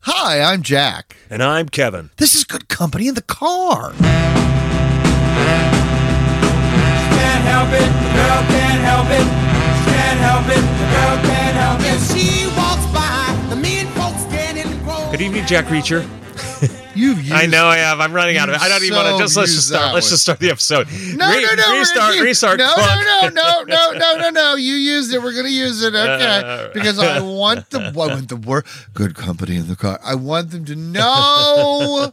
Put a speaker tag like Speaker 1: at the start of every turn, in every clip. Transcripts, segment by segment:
Speaker 1: Hi, I'm Jack.
Speaker 2: And I'm Kevin.
Speaker 1: This is good company in the car.
Speaker 3: can't help it, the girl can't help it. She can't help it, the girl can't help it. Yes, she walks by, the mean folks standing grow.
Speaker 2: Good evening, Jack Reacher.
Speaker 1: You've used
Speaker 2: I know I have. I'm running out of it. I don't even
Speaker 1: so
Speaker 2: want to. Just let's
Speaker 1: used
Speaker 2: just start.
Speaker 1: that
Speaker 2: Let's
Speaker 1: one.
Speaker 2: just start the episode.
Speaker 1: No,
Speaker 2: Re-
Speaker 1: no, no. we're
Speaker 2: Restart.
Speaker 1: gonna use-
Speaker 2: Restart.
Speaker 1: No,
Speaker 2: clock.
Speaker 1: no, no, no, no, no, no, no. You used it. We're gonna use it. Okay,
Speaker 2: Uh,
Speaker 1: because I want the I want the word good company in the car. I want them to know.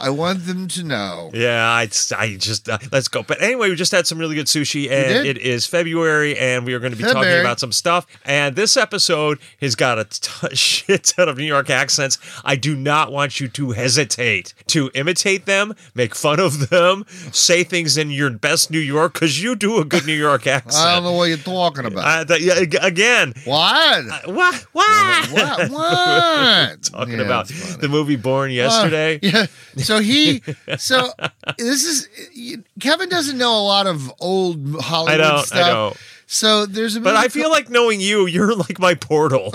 Speaker 1: I want them to know.
Speaker 2: Yeah, I, I just uh, let's go. But anyway, we just had some really good sushi, and
Speaker 1: did.
Speaker 2: it is February, and we are going to be talking
Speaker 1: February.
Speaker 2: about some stuff. And this episode has got a t- shit ton of New York accents. I do not want you to hesitate to imitate them, make fun of them, say things in your best New York because you do a good New York accent.
Speaker 1: I don't know what you're talking about.
Speaker 2: I thought- yeah, ag- again,
Speaker 1: what?
Speaker 2: what? What?
Speaker 1: what? What?
Speaker 2: Talking
Speaker 1: Yeah,
Speaker 2: about
Speaker 1: it's funny. Uh,
Speaker 2: the movie Born Yesterday.
Speaker 1: Yeah. So he, so this is you- Kevin doesn't know a lot of old Hollywood
Speaker 2: I don't, I
Speaker 1: stuff.
Speaker 2: don't.
Speaker 1: So there's a movie
Speaker 2: but I feel like knowing you, you're like my portal.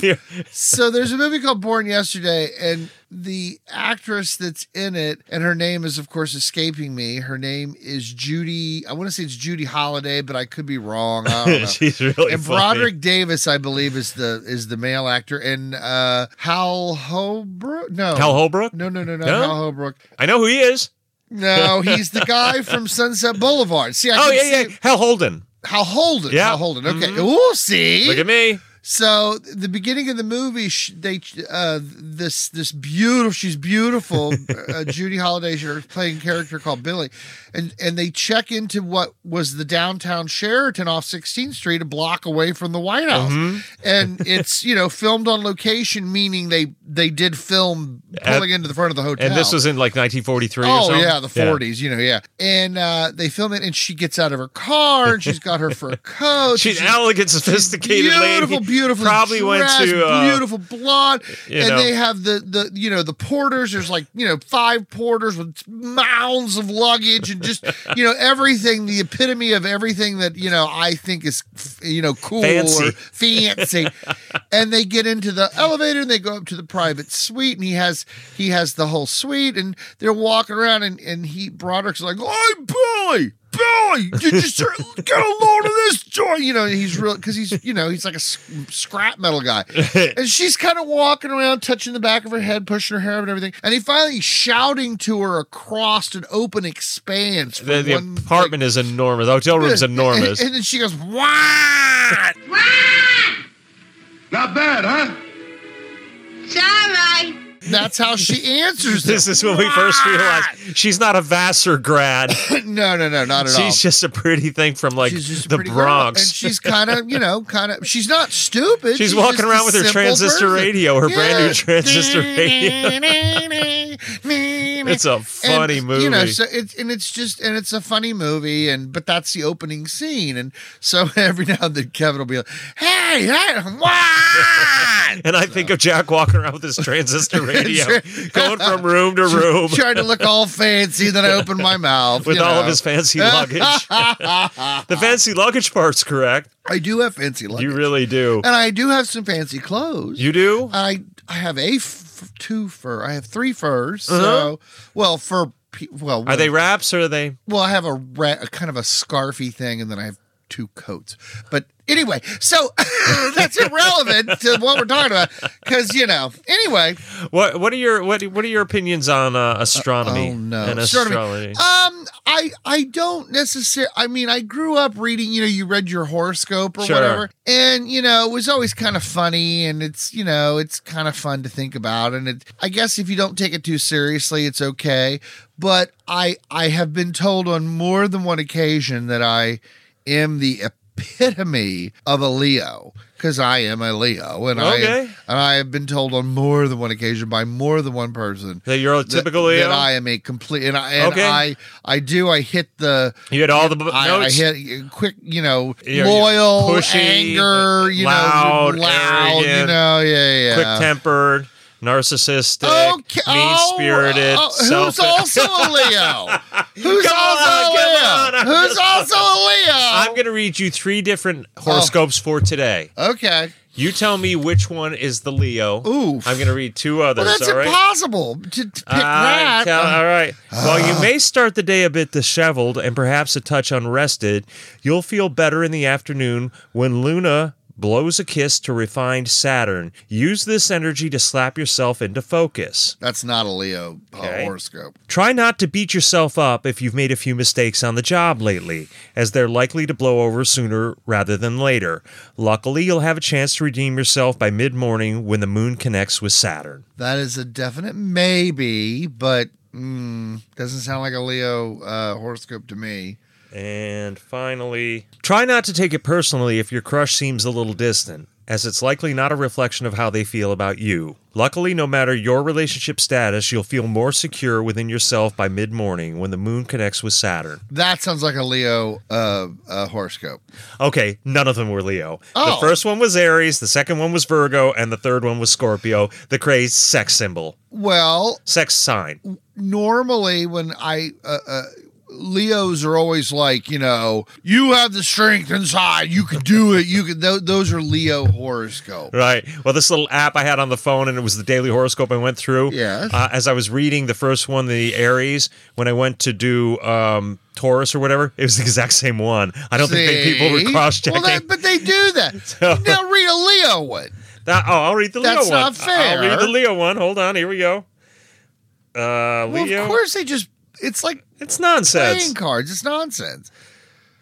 Speaker 2: Yeah.
Speaker 1: so there's a movie called Born Yesterday, and the actress that's in it, and her name is of course escaping me. Her name is Judy. I want to say it's Judy Holiday, but I could be wrong. I don't know.
Speaker 2: She's really
Speaker 1: and
Speaker 2: funny.
Speaker 1: Broderick Davis, I believe, is the is the male actor, and uh, Hal Holbrook. No,
Speaker 2: Hal Holbrook.
Speaker 1: no, no, no, no,
Speaker 2: No?
Speaker 1: Hal Holbrook.
Speaker 2: I know who he is.
Speaker 1: No, he's the guy from Sunset Boulevard. See, I
Speaker 2: Oh
Speaker 1: can
Speaker 2: yeah,
Speaker 1: see
Speaker 2: yeah. Hal Holden.
Speaker 1: Hal Holden.
Speaker 2: Yeah.
Speaker 1: Hal Holden. Okay.
Speaker 2: Mhm.
Speaker 1: Ooh, see.
Speaker 2: Look at me.
Speaker 1: So the beginning of the movie, sh- they uh, this this beautiful, she's beautiful, uh, Judy Holliday, her playing character called Billy, and and they check into what was the downtown Sheraton off 16th Street, a block away from the White House,
Speaker 2: Mm-hmm.
Speaker 1: and it's you know filmed on location, meaning they they did film
Speaker 2: At-
Speaker 1: pulling into the front of the hotel.
Speaker 2: And this was in like 1943 or
Speaker 1: Oh
Speaker 2: something.
Speaker 1: yeah, the forties, you know, yeah. And uh, they film it, and she gets out of her car, and she's got her fur coat.
Speaker 2: She's
Speaker 1: and
Speaker 2: an elegant, sophisticated
Speaker 1: beautiful,
Speaker 2: lady.
Speaker 1: beautiful,
Speaker 2: Probably went to uh,
Speaker 1: beautiful blonde,
Speaker 2: you
Speaker 1: and
Speaker 2: know.
Speaker 1: they have the the you know the porters. There's like you know five porters with mounds of luggage and just you know everything, the epitome of everything that you know I think is you know cool
Speaker 2: Fancy.
Speaker 1: or fancy. and they get into the elevator and they go up to the private suite, and he has he has the whole suite, and they're walking around, and and he Broderick's like, I'm Billy. Billy, did you sir, get a load of this joint? You know, he's real because he's you know he's like a s- scrap metal guy, and she's kind of walking around, touching the back of her head, pushing her hair up and everything, and he finally shouting to her across an open expanse.
Speaker 2: The,
Speaker 1: from
Speaker 2: the
Speaker 1: one-
Speaker 2: apartment is enormous. The hotel room's enormous.
Speaker 1: and, and then she goes, "What?"
Speaker 4: Not bad, huh?
Speaker 5: It's all right.
Speaker 1: That's how she answers
Speaker 2: this
Speaker 1: him.
Speaker 2: is when we first realized she's not a Vassar grad.
Speaker 1: no, no, no, not at all.
Speaker 2: she's just a pretty thing from like
Speaker 1: she's just a
Speaker 2: the
Speaker 1: pretty girl,
Speaker 2: Bronx.
Speaker 1: and she's kind of, you know, kind of. She's not stupid.
Speaker 2: She's
Speaker 1: just
Speaker 2: walking
Speaker 1: a
Speaker 2: around with her
Speaker 1: simple
Speaker 2: transistor
Speaker 1: person.
Speaker 2: radio, her brand new transistor
Speaker 1: radio.
Speaker 2: it's a funny
Speaker 1: and,
Speaker 2: movie.
Speaker 1: You know, so it's and it's just and it's a funny movie, and but that's the opening scene, and so every now and then Kevin will be like, "Hey, hey what?"
Speaker 2: and I think of Jack walking around with his transistor radio, going from room to room
Speaker 1: Trying to look all fancy, then I open my mouth
Speaker 2: with
Speaker 1: you
Speaker 2: all of
Speaker 1: know.
Speaker 2: his fancy luggage. the fancy luggage part's correct.
Speaker 1: I do have fancy luggage,
Speaker 2: You really do.
Speaker 1: and I do have some fancy clothes.
Speaker 2: You do?
Speaker 1: I I have a f- two fur. I have three furs.
Speaker 2: Uh-huh.
Speaker 1: So, well, fur. pe- Well,
Speaker 2: Are they wraps or are they?
Speaker 1: Well, I have a, ra- a kind of a scarfy thing, and then I have two coats. But anyway, so that's irrelevant to what we're talking about because you know. Anyway,
Speaker 2: What What are your What What are your opinions on uh, astronomy
Speaker 1: Oh no!
Speaker 2: and
Speaker 1: Sort of-
Speaker 2: astrology?
Speaker 1: Um, I I don't necessarily. I mean, I grew up reading. You know, you read your horoscope or
Speaker 2: Sure.
Speaker 1: whatever, and you know, it was always kind of funny, and it's you know, it's kind of fun to think about, and it. I guess if you don't take it too seriously, it's okay. But I I have been told on more than one occasion that I am the epitome of a Leo because I am a Leo, and I
Speaker 2: Okay.
Speaker 1: and I have been told on more than one occasion by more than one person
Speaker 2: that you're a
Speaker 1: that-
Speaker 2: typical Leo.
Speaker 1: that I am a complete and I and
Speaker 2: Okay.
Speaker 1: I I do I hit the
Speaker 2: you had all the b-
Speaker 1: I, I
Speaker 2: notes.
Speaker 1: hit uh, quick you know
Speaker 2: You're- you're
Speaker 1: loyal
Speaker 2: pushy, uh,
Speaker 1: anger you
Speaker 2: loud,
Speaker 1: know loud you
Speaker 2: arrogant,
Speaker 1: know yeah yeah
Speaker 2: Quick tempered, narcissistic, mean spirited,
Speaker 1: oh, who's also a Leo? Who's
Speaker 2: Come on,
Speaker 1: also a
Speaker 2: come on, I'm
Speaker 1: Leo? Who's
Speaker 2: just-
Speaker 1: also a Leo?
Speaker 2: I'm going to read you three different horoscopes for today.
Speaker 1: okay.
Speaker 2: You tell me which one is the Leo.
Speaker 1: Oof.
Speaker 2: I'm going to read two others.
Speaker 1: Well, that's
Speaker 2: all right.
Speaker 1: impossible to, to pick that. Ah.
Speaker 2: I tell- all right. While you may start the day a bit disheveled and perhaps a touch unrested, you'll feel better in the afternoon when Luna blows a kiss to refined Saturn. Use this energy to slap yourself into focus.
Speaker 1: that's not a Leo uh,
Speaker 2: Okay.
Speaker 1: horoscope.
Speaker 2: Try not to beat yourself up if you've made a few mistakes on the job lately, as they're likely to blow over sooner rather than later. Luckily, you'll have a chance to redeem yourself by mid morning when the moon connects with Saturn.
Speaker 1: That is a definite maybe, but mm, doesn't sound like a Leo uh, horoscope to me.
Speaker 2: And finally, try not to take it personally if your crush seems a little distant, as it's likely not a reflection of how they feel about you. Luckily, no matter your relationship status, you'll feel more secure within yourself by mid morning when the moon connects with Saturn.
Speaker 1: That sounds like a Leo uh, uh, horoscope.
Speaker 2: Okay, none of them were Leo.
Speaker 1: Oh.
Speaker 2: The first one was Aries, the second one was Virgo, and the third one was Scorpio, the crazed sex symbol,
Speaker 1: Well,
Speaker 2: sex sign.
Speaker 1: normally when I uh, uh, Leos are always like, you know, you have the strength inside, you can do it. You can. Th- those are Leo horoscope.
Speaker 2: Right. Well, this little app I had on the phone, and it was the daily horoscope I went through.
Speaker 1: Yes.
Speaker 2: Uh, as I was reading the first one, the Aries, when I went to do um, Taurus or whatever, it was the exact same one. I don't think
Speaker 1: See?
Speaker 2: they, people were cross checking.
Speaker 1: Well, that, but they do that. now read a Leo one.
Speaker 2: oh, I'll read the Leo
Speaker 1: That's
Speaker 2: one.
Speaker 1: not
Speaker 2: I'll
Speaker 1: fair.
Speaker 2: read the Leo one. Hold on. Here we go. Uh,
Speaker 1: Well,
Speaker 2: Leo.
Speaker 1: of course they just. It's like
Speaker 2: It's nonsense.
Speaker 1: playing cards. It's nonsense.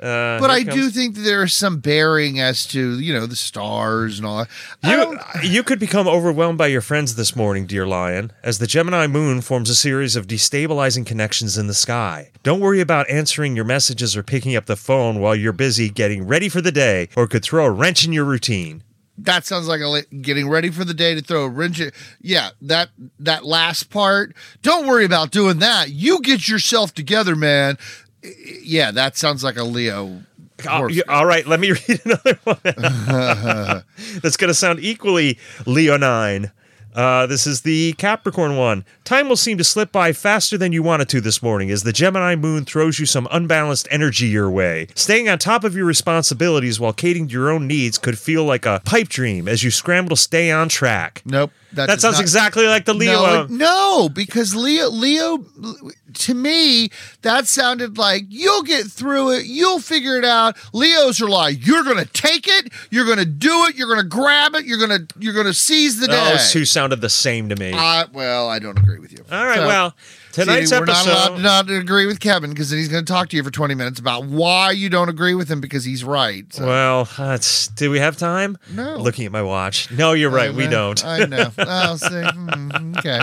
Speaker 2: Uh,
Speaker 1: But
Speaker 2: here
Speaker 1: I do
Speaker 2: comes-
Speaker 1: think that there is some bearing as to you know the stars and all. That. I
Speaker 2: You, uh,
Speaker 1: don't-
Speaker 2: you could become overwhelmed by your friends this morning, dear lion, as the Gemini moon forms a series of destabilizing connections in the sky. Don't worry about answering your messages or picking up the phone while you're busy getting ready for the day, or it could throw a wrench in your routine.
Speaker 1: that sounds like a li- getting ready for the day to throw a wrench. in- Yeah, that that last part. Don't worry about doing that. You get yourself together, man. I- I- Yeah, that sounds like a Leo.
Speaker 2: Uh,
Speaker 1: horse-
Speaker 2: you- all right, let me read another one. That's going to sound equally leonine. Uh, this is the Capricorn one. Time will seem to slip by faster than you want it to this morning as the Gemini moon throws you some unbalanced energy your way. Staying on top of your responsibilities while catering to your own needs could feel like a pipe dream as you scramble to stay on track.
Speaker 1: Nope.
Speaker 2: That
Speaker 1: does
Speaker 2: sounds
Speaker 1: not-
Speaker 2: exactly like the Leo.
Speaker 1: No, it- no, because Leo, Leo, to me, that sounded like you'll get through it, you'll figure it out. Leos are like, you're gonna take it, you're gonna do it, you're gonna grab it, you're gonna, you're gonna seize the day.
Speaker 2: Those two sounded the same to me.
Speaker 1: I- well, I don't agree with you.
Speaker 2: all right,
Speaker 1: Uh, So,
Speaker 2: well,
Speaker 1: see,
Speaker 2: tonight's
Speaker 1: we're
Speaker 2: episode.
Speaker 1: not allowed to not agree with Kevin because then he's gonna talk to you for twenty minutes about why you don't agree with him because he's right. So,
Speaker 2: Well, that's, do we have time?
Speaker 1: No.
Speaker 2: Looking at my watch. No, you're right. We
Speaker 1: I-
Speaker 2: don't.
Speaker 1: I know. I'll see. Hmm, okay.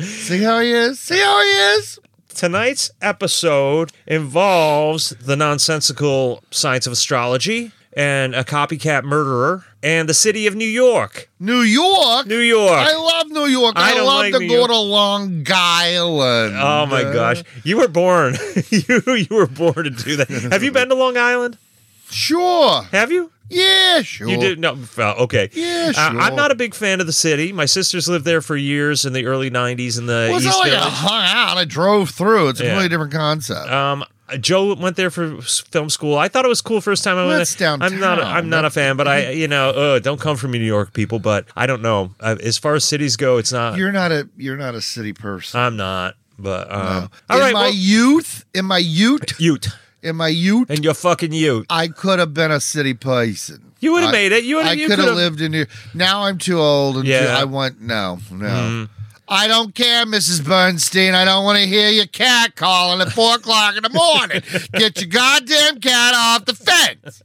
Speaker 1: See how he is. See how he is.
Speaker 2: Tonight's episode involves the nonsensical science of astrology and a copycat murderer and the city of New York.
Speaker 1: New York.
Speaker 2: New York.
Speaker 1: I love New York.
Speaker 2: I
Speaker 1: I,
Speaker 2: don't
Speaker 1: love
Speaker 2: like
Speaker 1: to
Speaker 2: New
Speaker 1: go
Speaker 2: York.
Speaker 1: to Long Island.
Speaker 2: Oh my
Speaker 1: Uh,
Speaker 2: gosh. You were born. you you were born to do that. Have you been to Long Island?
Speaker 1: Sure.
Speaker 2: Have you?
Speaker 1: Yeah, sure.
Speaker 2: You do no uh, okay.
Speaker 1: Yeah,
Speaker 2: Uh,
Speaker 1: sure.
Speaker 2: I'm not a big fan of the city. My sisters lived there for years in the early 90s in the
Speaker 1: Well, it's
Speaker 2: East
Speaker 1: not like I
Speaker 2: Village.
Speaker 1: hung out. I drove through. It's a
Speaker 2: Yeah.
Speaker 1: completely different concept.
Speaker 2: Um, Joe went there for s- film school. I thought it was cool first time I went.
Speaker 1: That's
Speaker 2: there. I'm not. A,
Speaker 1: downtown.
Speaker 2: I'm not a fan, but I, you know, uh, don't come from New York, people. But I don't know. Uh, as far as cities go, it's not.
Speaker 1: you're not a you're not a city person.
Speaker 2: I'm not. But um, all
Speaker 1: in
Speaker 2: right,
Speaker 1: my
Speaker 2: well,
Speaker 1: youth, in my youth,
Speaker 2: Ute
Speaker 1: in my youth,
Speaker 2: and your fucking Ute.
Speaker 1: I could have been a city person.
Speaker 2: You would have
Speaker 1: I-
Speaker 2: made it. You would
Speaker 1: I
Speaker 2: have.
Speaker 1: could have lived in here. Now I'm too old. And too-
Speaker 2: Yeah. Mm-hmm.
Speaker 1: I want no, no. I don't care, Mrs. Bernstein. I don't want to hear your cat calling at four o'clock in the morning. Get your goddamn cat off the fence.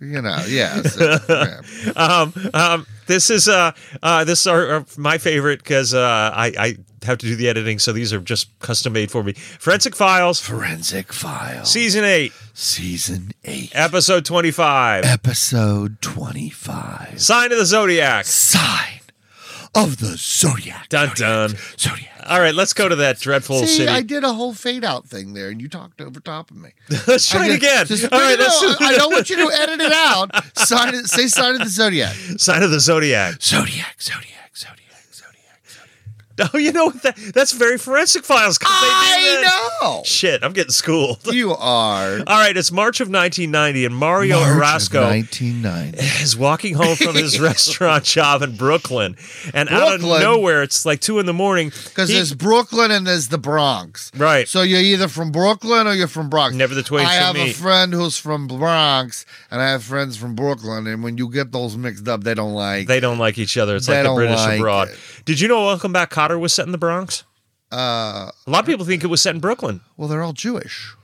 Speaker 1: You know, yeah. so, yeah.
Speaker 2: um, um, this is uh, uh, this are, are my favorite because uh, I, I have to do the editing, so these are just custom made for me. Forensic Files,
Speaker 1: Forensic File,
Speaker 2: season eight,
Speaker 1: season eight,
Speaker 2: episode twenty-five.
Speaker 1: episode twenty-five.
Speaker 2: Sign of the Zodiac.
Speaker 1: Sign of the zodiac.
Speaker 2: Dun dun.
Speaker 1: Zodiac.
Speaker 2: All right, let's go to that dreadful
Speaker 1: See,
Speaker 2: city.
Speaker 1: I did a whole fade out thing there, and you talked over top of me.
Speaker 2: let's try it
Speaker 1: I
Speaker 2: again.
Speaker 1: did- just-
Speaker 2: All
Speaker 1: no,
Speaker 2: right,
Speaker 1: no,
Speaker 2: let's
Speaker 1: no,
Speaker 2: do
Speaker 1: I don't want you to edit it out. Sign it, say sign of the zodiac.
Speaker 2: sign of the zodiac.
Speaker 1: Zodiac, zodiac, zodiac, zodiac, zodiac.
Speaker 2: Oh, you know what? That, that's very forensic files. 'cause they do that.
Speaker 1: I know.
Speaker 2: Shit, I'm getting schooled.
Speaker 1: You are.
Speaker 2: All right, it's March of 1990, and Mario
Speaker 1: March of
Speaker 2: Orozco
Speaker 1: 1990.
Speaker 2: is walking home from his restaurant job in Brooklyn, and out of
Speaker 1: Brooklyn?
Speaker 2: nowhere, it's like two in the morning.
Speaker 1: Because
Speaker 2: he-
Speaker 1: there's Brooklyn and there's the Bronx.
Speaker 2: Right.
Speaker 1: So you're either from Brooklyn or you're from Bronx.
Speaker 2: Never the twain
Speaker 1: I
Speaker 2: shall
Speaker 1: have a
Speaker 2: meet.
Speaker 1: friend who's from Bronx and I have friends from Brooklyn. And when you get those mixed up, they don't like.
Speaker 2: they don't like each other. It's
Speaker 1: They
Speaker 2: like the
Speaker 1: don't
Speaker 2: British
Speaker 1: like
Speaker 2: abroad.
Speaker 1: it.
Speaker 2: Did you know Welcome Back Cotter was set in the Bronx?
Speaker 1: uh,
Speaker 2: A lot of people think it was set in Brooklyn.
Speaker 1: well, they're all Jewish.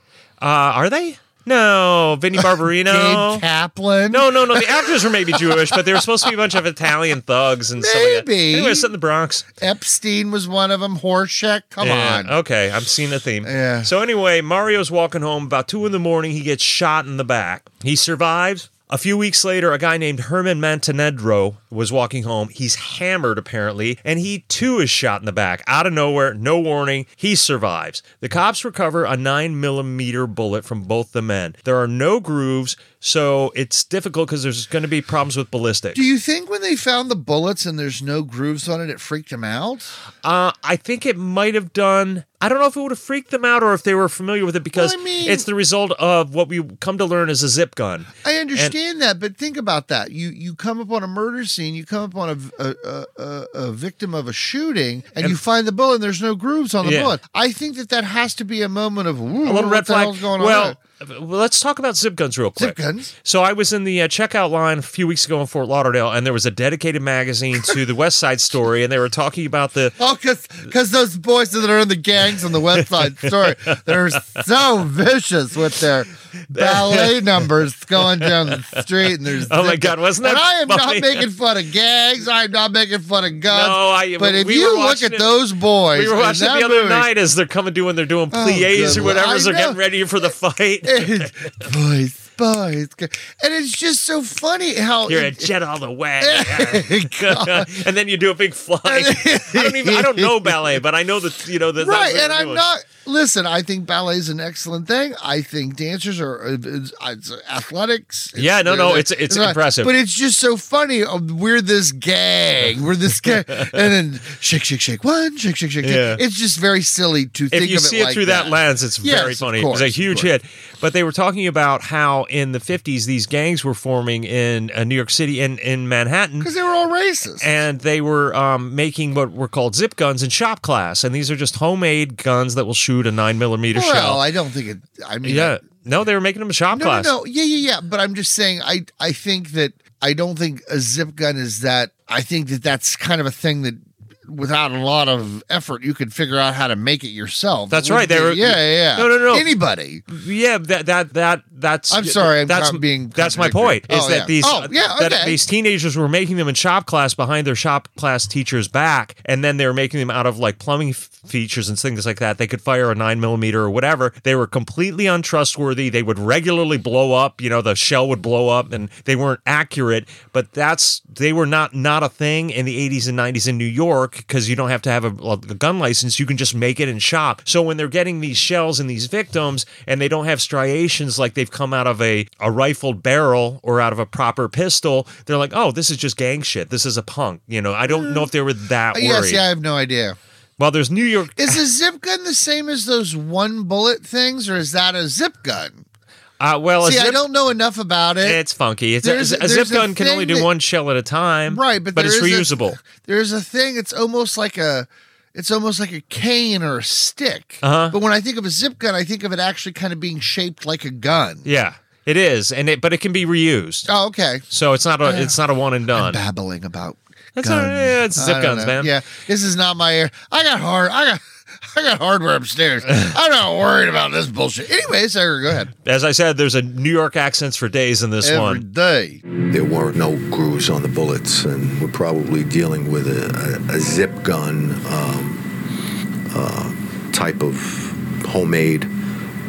Speaker 2: Uh, are they? No, Vinnie
Speaker 1: Gabe
Speaker 2: Barbarino.
Speaker 1: Kaplan.
Speaker 2: No, no, no. The actors were maybe Jewish, but they were supposed to be a bunch of Italian thugs and stuff like that.
Speaker 1: Maybe.
Speaker 2: Anyway, it's set in the Bronx.
Speaker 1: Epstein was one of them. Horseshack. Come
Speaker 2: Yeah,
Speaker 1: on.
Speaker 2: Okay, I'm seeing a theme.
Speaker 1: Yeah.
Speaker 2: So anyway, Mario's walking home about two in the morning. He gets shot in the back. He survives. A few weeks later, a guy named Herman Mantenedro was walking home. He's hammered, apparently, and he too is shot in the back. Out of nowhere, no warning. He survives. The cops recover a 9mm bullet from both the men. There are no grooves, so it's difficult because there's going to be problems with ballistics.
Speaker 1: Do you think when they found the bullets and there's no grooves on it, it freaked them out?
Speaker 2: Uh, I think it might have done. I don't know if it would have freaked them out or if they were familiar with it because
Speaker 1: Well, I mean-
Speaker 2: it's the result of what we come to learn is a zip gun.
Speaker 1: I understand that, but think about that. You you come upon a murder scene, you come upon a v- a, a, a, a victim of a shooting, and, you find the bullet. and There's no grooves on the
Speaker 2: Yeah.
Speaker 1: bullet. I think that that has to be a moment of Ooh,
Speaker 2: A little
Speaker 1: what
Speaker 2: red
Speaker 1: the
Speaker 2: flag.
Speaker 1: hell's going
Speaker 2: well,
Speaker 1: on?
Speaker 2: uh, well, let's talk about zip guns real quick.
Speaker 1: Zip guns?
Speaker 2: So I was in the uh, checkout line a few weeks ago in Fort Lauderdale, and there was a dedicated magazine to the West Side Story, and they were talking about the
Speaker 1: Oh, because those boys that are in the gangs on the West Side Story, they're so vicious with their ballet numbers going down the street. And there's
Speaker 2: Oh my God, wasn't that
Speaker 1: And I am
Speaker 2: funny?
Speaker 1: not making fun of gangs. I'm not making fun of guns.
Speaker 2: No, I-
Speaker 1: but if
Speaker 2: we were
Speaker 1: you look
Speaker 2: watching
Speaker 1: at
Speaker 2: it-
Speaker 1: those boys,
Speaker 2: we were
Speaker 1: in
Speaker 2: watching it
Speaker 1: that
Speaker 2: the other
Speaker 1: movie, Oh,
Speaker 2: night as they're coming doing they're doing plies
Speaker 1: good
Speaker 2: or
Speaker 1: Lord.
Speaker 2: whatever
Speaker 1: I
Speaker 2: as they're
Speaker 1: know.
Speaker 2: getting ready for the fight.
Speaker 1: It's- boys, boys, g- and it's just so funny how
Speaker 2: You're a
Speaker 1: it-
Speaker 2: jet all the way. and then you do a big fly. I don't even I don't know ballet, but I know that you know that that's
Speaker 1: right.
Speaker 2: what
Speaker 1: And
Speaker 2: they're
Speaker 1: I'm
Speaker 2: doing.
Speaker 1: not. Listen, I think ballet is an excellent thing. I think dancers are uh, it's, it's athletics. It's-
Speaker 2: Yeah, no, no,
Speaker 1: they're-
Speaker 2: it's- it's
Speaker 1: they're not-
Speaker 2: impressive.
Speaker 1: But it's just so funny. uh, We're this gang. We're this gang, and then shake, shake, shake. One, shake, shake, shake.
Speaker 2: Yeah.
Speaker 1: It's just very silly to
Speaker 2: if
Speaker 1: think
Speaker 2: you
Speaker 1: of
Speaker 2: see
Speaker 1: it,
Speaker 2: it
Speaker 1: like
Speaker 2: through that, lens, it's
Speaker 1: Yes,
Speaker 2: very
Speaker 1: of
Speaker 2: funny.
Speaker 1: course,
Speaker 2: it
Speaker 1: of
Speaker 2: was a huge
Speaker 1: course.
Speaker 2: hit. But they were talking about how in the 50s these gangs were forming in uh, New York City and in Manhattan.
Speaker 1: because they were all racist.
Speaker 2: and they were um, making what were called zip guns in shop class, and these are just homemade guns that will shoot a nine millimeter
Speaker 1: well,
Speaker 2: shell.
Speaker 1: I don't think it. I mean,
Speaker 2: yeah, no, they were making them in shop
Speaker 1: No,
Speaker 2: class.
Speaker 1: no, no. Yeah, yeah, yeah. But I'm just saying, I, I think that I don't think a zip gun is that. I think that that's kind of a thing that without a lot of effort, you could figure out how to make it yourself.
Speaker 2: That's
Speaker 1: It wouldn't
Speaker 2: right, they
Speaker 1: be-
Speaker 2: were-
Speaker 1: yeah, yeah, yeah.
Speaker 2: No, no, no.
Speaker 1: Anybody.
Speaker 2: Yeah, that that that that's.
Speaker 1: I'm sorry, I'm
Speaker 2: that's
Speaker 1: not being
Speaker 2: That's my point.
Speaker 1: contradictory.
Speaker 2: Is
Speaker 1: Oh,
Speaker 2: that
Speaker 1: yeah.
Speaker 2: these
Speaker 1: Oh, yeah,
Speaker 2: that
Speaker 1: okay.
Speaker 2: these teenagers were making them in shop class behind their shop class teacher's back, and then they were making them out of like plumbing f- features and things like that. They could fire a nine millimeter or whatever. They were completely untrustworthy. They would regularly blow up. You know, the shell would blow up, and they weren't accurate. But that's they were not not a thing in the 80s and 90s in New York because you don't have to have a, a gun license. You can just make it in shop. So when they're getting these shells and these victims and they don't have striations like they've come out of a, a rifled barrel or out of a proper pistol, they're like, oh, this is just gang shit. This is a punk. You know, I don't know if they were that worried.
Speaker 1: Yes, Mm. Uh, yeah, I have no idea.
Speaker 2: Well, there's New York.
Speaker 1: Is a zip gun the same as those one bullet things, or is that a zip gun?
Speaker 2: Uh, well, a
Speaker 1: See, I
Speaker 2: zip-
Speaker 1: don't know enough about it.
Speaker 2: It's funky. It's
Speaker 1: There's-
Speaker 2: a, a zip
Speaker 1: there's a
Speaker 2: gun can only
Speaker 1: thing
Speaker 2: do
Speaker 1: that-
Speaker 2: one shell at a time.
Speaker 1: Right, but,
Speaker 2: it's
Speaker 1: there is a-
Speaker 2: reusable.
Speaker 1: there's a thing. It's almost like a, it's almost like a cane or a stick.
Speaker 2: Uh-huh.
Speaker 1: But when I think of a zip gun, I think of it actually kind of being shaped like a gun.
Speaker 2: yeah, it is, and it but it can be reused.
Speaker 1: Oh, okay.
Speaker 2: So it's not a it's not a one and done.
Speaker 1: Babbling about
Speaker 2: That's all
Speaker 1: guns.
Speaker 2: right. Yeah, it's
Speaker 1: I
Speaker 2: zip
Speaker 1: don't
Speaker 2: guns,
Speaker 1: know.
Speaker 2: man.
Speaker 1: Yeah, this is not my. air. I got hard. I got. I got hardware upstairs. I'm not worried about this bullshit. Anyway, Sager, go ahead.
Speaker 2: As I said, there's a New York accents for days in this
Speaker 1: Every
Speaker 2: one.
Speaker 1: day.
Speaker 4: There weren't no grooves on the bullets, and we're probably dealing with a, a, a zip gun um, uh, type of homemade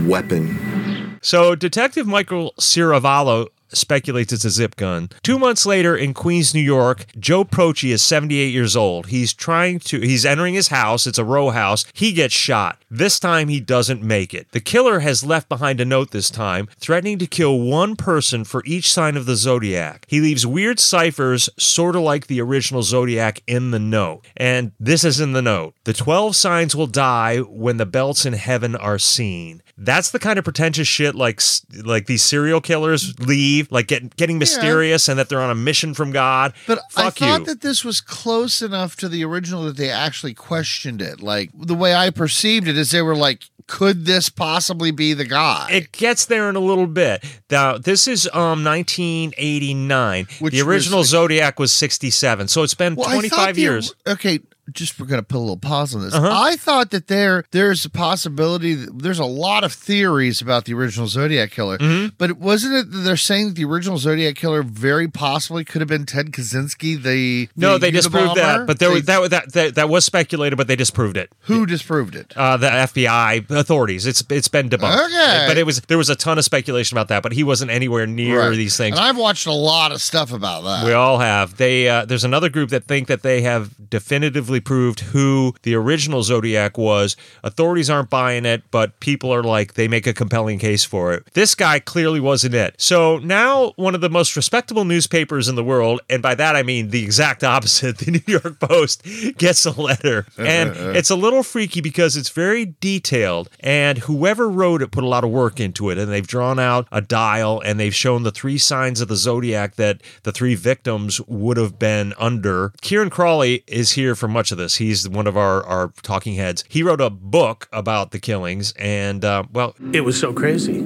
Speaker 4: weapon.
Speaker 2: So Detective Michael Ciravallo speculates it's a zip gun. Two months later in Queens, New York, Joe Proci is 78 years old. He's trying to, he's entering his house. It's a row house. He gets shot. This time he doesn't make it. The killer has left behind a note this time, threatening to kill one person for each sign of the zodiac. He leaves weird ciphers, sort of like the original zodiac, in the note. And this is in the note The 12 signs will die when the belts in heaven are seen. That's the kind of pretentious shit like s- like these serial killers leave, like get, getting mysterious and that they're on a mission from God.
Speaker 1: But I
Speaker 2: fuck
Speaker 1: thought
Speaker 2: you.
Speaker 1: that this was close enough to the original that they actually questioned it. Like the way I perceived it is they were like, could this possibly be the guy?
Speaker 2: it gets there in a little bit. Now, this is um 1989.
Speaker 1: Which
Speaker 2: the
Speaker 1: was
Speaker 2: original
Speaker 1: like-
Speaker 2: Zodiac was 67, so it's been
Speaker 1: Well, I thought
Speaker 2: 25
Speaker 1: the-
Speaker 2: years. Uh-huh.
Speaker 1: Okay, just we're gonna put a little pause on this. I thought that there there's a possibility. That, there's a lot of theories about the original Zodiac killer,
Speaker 2: Mm-hmm.
Speaker 1: but it wasn't it that they're saying that the original Zodiac killer very possibly could have been Ted Kaczynski? The
Speaker 2: No,
Speaker 1: the
Speaker 2: they disproved that,
Speaker 1: Unabomber?
Speaker 2: but there was
Speaker 1: They-
Speaker 2: that, was- that that that was speculated, but they disproved it.
Speaker 1: who disproved it.
Speaker 2: Uh, the FBI authorities. It's it's been debunked.
Speaker 1: Okay.
Speaker 2: but it was there was a ton of speculation about that, but he wasn't anywhere near
Speaker 1: Right.
Speaker 2: these things.
Speaker 1: And I've watched a lot of stuff about that.
Speaker 2: We all have. They uh, there's another group that think that they have definitively proved who the original Zodiac was. Authorities aren't buying it, but people are like they make a compelling case for it. This guy clearly wasn't it. So now one of the most respectable newspapers in the world, and by that I mean the exact opposite, the New York Post gets a letter, and it's a little freaky because it's very detailed, and whoever wrote it put a lot of work into it, and they've drawn out a dial and they've shown the three signs of the zodiac that the three victims would have been under. Kieran Crawley is here for much of this. He's one of our, our talking heads. He wrote a book about the killings, and uh, well,
Speaker 6: It was so crazy.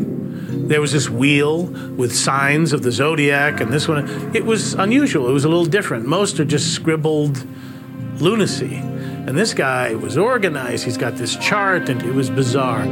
Speaker 6: There was this wheel with signs of the zodiac, and this one. It was unusual. It was a little different. Most are just scribbled lunacy. And this guy was organized. He's got this chart, and it was bizarre.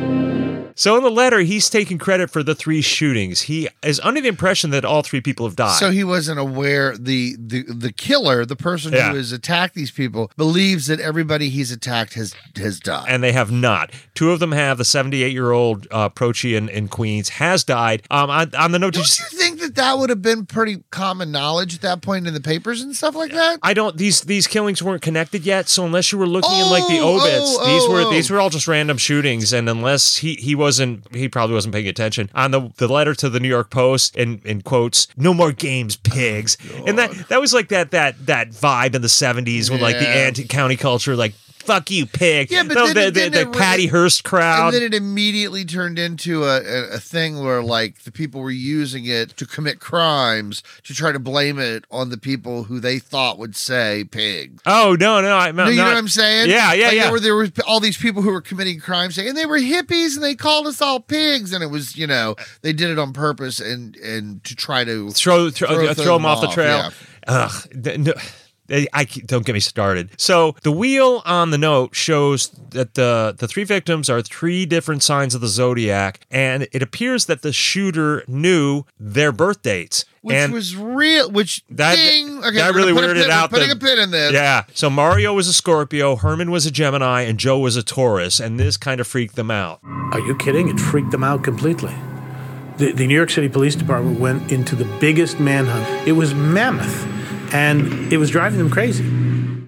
Speaker 2: so in the letter, he's taking credit for the three shootings. He is under the impression that all three people have died.
Speaker 1: So he wasn't aware the the the killer, the person
Speaker 2: Yeah.
Speaker 1: who has attacked these people, believes that everybody he's attacked has has died.
Speaker 2: and they have not. Two of them have. The 78 year old uh, Prochi in, in Queens has died. Um, on, on the note, did you
Speaker 1: Don't
Speaker 2: see-
Speaker 1: you think that that would have been pretty common knowledge at that point in the papers and stuff like that?
Speaker 2: I don't. These these killings weren't connected yet. So unless you were looking in like the
Speaker 1: Oh,
Speaker 2: obits,
Speaker 1: oh,
Speaker 2: these
Speaker 1: oh,
Speaker 2: were
Speaker 1: oh.
Speaker 2: these were all just random shootings. And unless he he wasn't, he probably wasn't paying attention. On the the letter to the New York Post in in quotes, no more games, pigs.
Speaker 1: Oh,
Speaker 2: and that that was like that that that vibe in the 70s when like the
Speaker 1: Yeah.
Speaker 2: anti county culture like. Fuck you, pig.
Speaker 1: Yeah, but
Speaker 2: No,
Speaker 1: then
Speaker 2: the,
Speaker 1: it-
Speaker 2: the,
Speaker 1: then
Speaker 2: the
Speaker 1: it really-
Speaker 2: Patty Hearst
Speaker 1: and
Speaker 2: crowd.
Speaker 1: then it immediately turned into a, a, a thing where like the people were using it to commit crimes to try to blame it on the people who they thought would say pig.
Speaker 2: oh no, no, I,
Speaker 1: No, you know what I'm saying?
Speaker 2: Yeah, yeah,
Speaker 1: Like,
Speaker 2: yeah.
Speaker 1: There were, there were all these people who were committing crimes, and they were hippies, and they called us all pigs, and it was you know they did it on purpose and and to try to
Speaker 2: throw throw, uh, throw,
Speaker 1: throw
Speaker 2: them
Speaker 1: them
Speaker 2: off the
Speaker 1: off,
Speaker 2: trail.
Speaker 1: yeah.
Speaker 2: Ugh. th- no- they- I c- don't get me started. So the wheel on the note shows that the the three victims are three different signs of the zodiac, and it appears that the shooter knew their birth dates.
Speaker 1: which
Speaker 2: and
Speaker 1: was real. Which
Speaker 2: that,
Speaker 1: ding, okay,
Speaker 2: that
Speaker 1: we're
Speaker 2: really
Speaker 1: gonna put a
Speaker 2: weirded
Speaker 1: pin- we're
Speaker 2: out.
Speaker 1: Putting
Speaker 2: the-
Speaker 1: a pin in this.
Speaker 2: Yeah. So Mario was a Scorpio, Herman was a Gemini, and Joe was a Taurus, and this kind of freaked them out.
Speaker 6: Are you kidding? It freaked them out completely. The, the New York City Police Department went into the biggest manhunt. It was mammoth, and it was driving them crazy.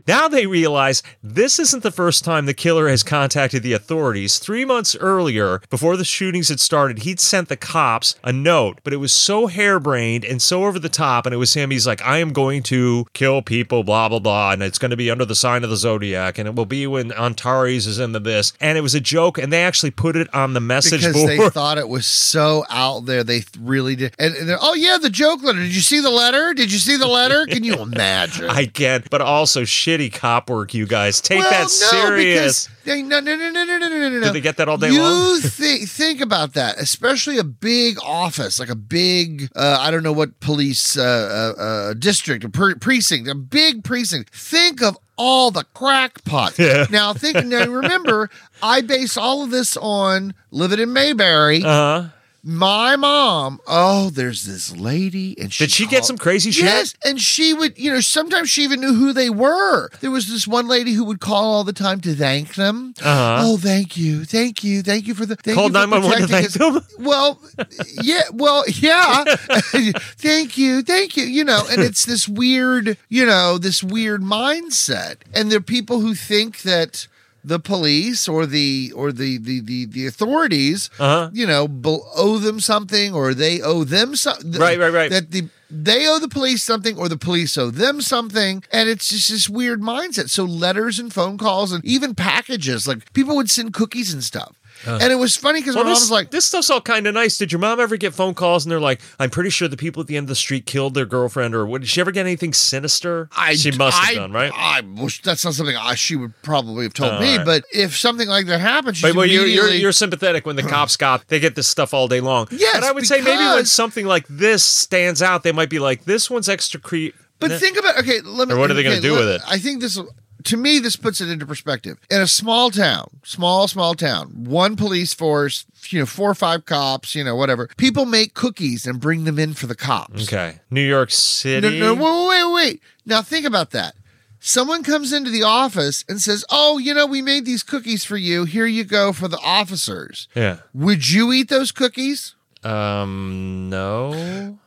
Speaker 2: Now they realize this isn't the first time the killer has contacted the authorities. Three months earlier, before the shootings had started, he'd sent the cops a note, but it was so harebrained and so over the top. And it was him, he's like, I am going to kill people, blah, blah, blah. And it's going to be under the sign of the zodiac. And it will be when Antares is into this. And it was a joke. And they actually put it on the message
Speaker 1: Because
Speaker 2: board.
Speaker 1: they thought it was so out there, they th- really did. And, and they're, oh yeah, the joke letter. Did you see the letter? Did you see the letter? Can you imagine?
Speaker 2: I get, but also shitty cop work, you guys. Take
Speaker 1: well,
Speaker 2: that
Speaker 1: no,
Speaker 2: serious.
Speaker 1: Because they, no, no, no, no, no, no, no, no.
Speaker 2: Do they get that all day
Speaker 1: you
Speaker 2: long?
Speaker 1: thi- think about that, especially a big office, like a big, uh, I don't know what police uh, uh, uh, district, a pre- precinct, a big precinct. Think of all the crackpots.
Speaker 2: Yeah.
Speaker 1: Now, think, now remember, I base all of this on living in Mayberry.
Speaker 2: Uh huh.
Speaker 1: my mom, oh, there's this lady, and she
Speaker 2: Did she get
Speaker 1: called-
Speaker 2: some crazy shit?
Speaker 1: Yes, and she would, you know, sometimes she even knew who they were. There was this one lady who would call all the time to thank them.
Speaker 2: Uh-huh.
Speaker 1: Oh, thank you, thank you, thank you for the thank
Speaker 2: Called
Speaker 1: you for
Speaker 2: 911 to
Speaker 1: protecting
Speaker 2: thank
Speaker 1: us. Well, yeah, well, yeah. thank you, thank you. You know, and it's this weird, you know, this weird mindset, and there are people who think that. The police or the or the the the, the authorities,
Speaker 2: Uh-huh.
Speaker 1: you know, bel- owe them something or they owe them something
Speaker 2: Right, right, right.
Speaker 1: that the they owe the police something or the police owe them something and it's just this weird mindset so letters and phone calls and even packages like people would send cookies and stuff and it was funny because
Speaker 2: Well,
Speaker 1: my mom
Speaker 2: this,
Speaker 1: was like
Speaker 2: this stuff's all kind of nice. Did your mom ever get phone calls and they're like, I'm pretty sure the people at the end of the street killed their girlfriend or what? Did she ever get anything sinister?
Speaker 1: I,
Speaker 2: she must have
Speaker 1: I-
Speaker 2: done, right?
Speaker 1: I, well, that's not something I, she would probably have told
Speaker 2: Oh,
Speaker 1: me.
Speaker 2: all right.
Speaker 1: But if something like that happened, she's
Speaker 2: But well, you're, you're,
Speaker 1: immediately-
Speaker 2: you're sympathetic when the cops got, they get this stuff all day long.
Speaker 1: Yes,
Speaker 2: And I would say maybe when
Speaker 1: because-
Speaker 2: something like this stands out, they might be like, this one's extra creep.
Speaker 1: But think about okay. Let me.
Speaker 2: Or what are they gonna
Speaker 1: okay,
Speaker 2: do
Speaker 1: let-
Speaker 2: with it?
Speaker 1: I think this. To me, this puts it into perspective. In a small town, small small town, one police force, you know, four or five cops, you know, whatever. People make cookies and bring them in for the cops.
Speaker 2: Okay. New York
Speaker 1: No,
Speaker 2: City.
Speaker 1: no, wait, wait, wait. Now think about that. Someone comes into the office and says, "Oh, you know, we made these cookies for you. Here you go for the officers."
Speaker 2: Yeah.
Speaker 1: Would you eat those cookies?
Speaker 2: Um, no.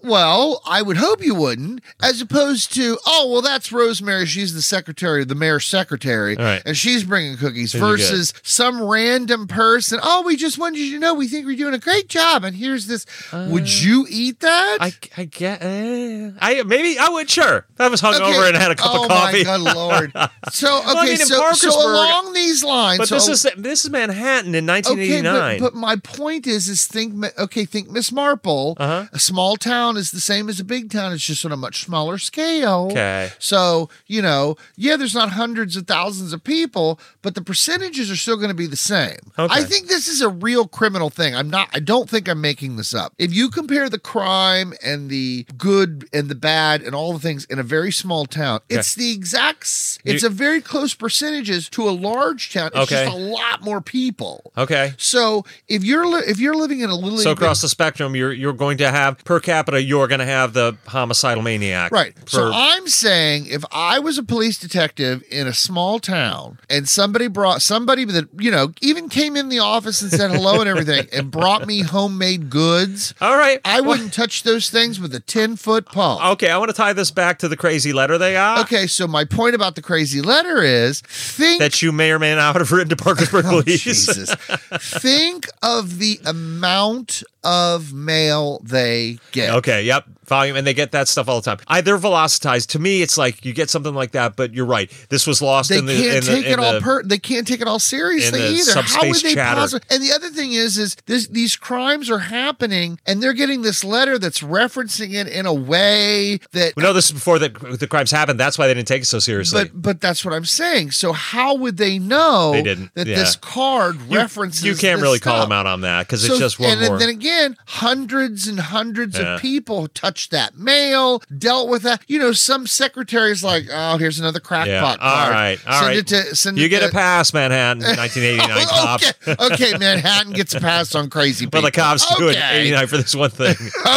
Speaker 1: Well, I would hope you wouldn't, as opposed to, oh, well, that's Rosemary. She's the secretary, the mayor's secretary,
Speaker 2: All right.
Speaker 1: and she's bringing cookies
Speaker 2: Here you go.
Speaker 1: versus some random person. Oh, we just wanted you to know we think we're doing a great job, and here's this. would you eat that?
Speaker 2: Uh, I, I get eh, I maybe I would sure. I was hungover over and had a cup
Speaker 1: oh
Speaker 2: of coffee.
Speaker 1: my good lord! So okay,
Speaker 2: I mean, in
Speaker 1: so, so
Speaker 2: Parkersburg-
Speaker 1: along these lines,
Speaker 2: But
Speaker 1: so
Speaker 2: this is this is Manhattan in
Speaker 1: Okay,
Speaker 2: 1989.
Speaker 1: but, but my point is, is think Ma- okay, think Miss Marple.
Speaker 2: Uh-huh.
Speaker 1: A small town is the same as a big town. It's just on a much smaller scale.
Speaker 2: Okay.
Speaker 1: So you know, yeah, there's not hundreds of thousands of people, but the percentages are still going to be the same.
Speaker 2: Okay.
Speaker 1: I think this is a real criminal thing. I'm not. I don't think I'm making this up. If you compare the crime and the good and the bad and all the things in a very small town, it's the exact. s- It's
Speaker 2: You-
Speaker 1: a very close percentages to a large town. It's
Speaker 2: Okay.
Speaker 1: just a lot more people.
Speaker 2: okay.
Speaker 1: So if you're li- if you're living in a little
Speaker 2: So across the spectrum, you're you're going to have per capita, you're going to have the homicidal maniac,
Speaker 1: right. so
Speaker 2: per-
Speaker 1: I'm saying if I was a police detective in a small town and somebody brought somebody that you know even came in the office and said hello and everything and brought me homemade goods,
Speaker 2: all right,
Speaker 1: I
Speaker 2: Well,
Speaker 1: wouldn't touch those things with a ten foot pole.
Speaker 2: Okay, I want to tie this back to the crazy letter they got
Speaker 1: Okay, so my point about the crazy letter is think
Speaker 2: that you may or may not have written to Parkersburg
Speaker 1: Oh,
Speaker 2: Police.
Speaker 1: Jesus. think of the amount of mail they get.
Speaker 2: Okay, yep. Volume, and they get that stuff all the time. I, they're velocitized. To me, it's like you get something like that, but you're right. This was lost
Speaker 1: they
Speaker 2: in the in
Speaker 1: can't
Speaker 2: the,
Speaker 1: take
Speaker 2: in
Speaker 1: it all
Speaker 2: the-
Speaker 1: per they can't take it all seriously
Speaker 2: in the
Speaker 1: either. How would
Speaker 2: subspace
Speaker 1: they
Speaker 2: chatter.
Speaker 1: possibly and the other thing is is this these crimes are happening and they're getting this letter that's referencing it in a way that
Speaker 2: We know this is before the, the crimes happened. That's why they didn't take it so seriously.
Speaker 1: but but that's what I'm saying. So how would they know
Speaker 2: They didn't,
Speaker 1: that
Speaker 2: yeah.
Speaker 1: this card
Speaker 2: you,
Speaker 1: references
Speaker 2: you can't
Speaker 1: this
Speaker 2: really call
Speaker 1: stuff?
Speaker 2: them out on that because
Speaker 1: So-
Speaker 2: it's just one
Speaker 1: and then-
Speaker 2: more.
Speaker 1: then again, hundreds and hundreds
Speaker 2: Yeah.
Speaker 1: of people touched that mail, dealt with that. You know, some secretary's like, "Oh, here's another
Speaker 2: yeah.
Speaker 1: crackpot
Speaker 2: All
Speaker 1: card."
Speaker 2: right. All
Speaker 1: send
Speaker 2: right.
Speaker 1: It to, send
Speaker 2: you
Speaker 1: it
Speaker 2: get
Speaker 1: to,
Speaker 2: a pass, Manhattan, 1989 cops.
Speaker 1: okay. okay, Manhattan gets a pass on crazy people.
Speaker 2: Well, the cops do it in
Speaker 1: okay.
Speaker 2: 89 for this one thing.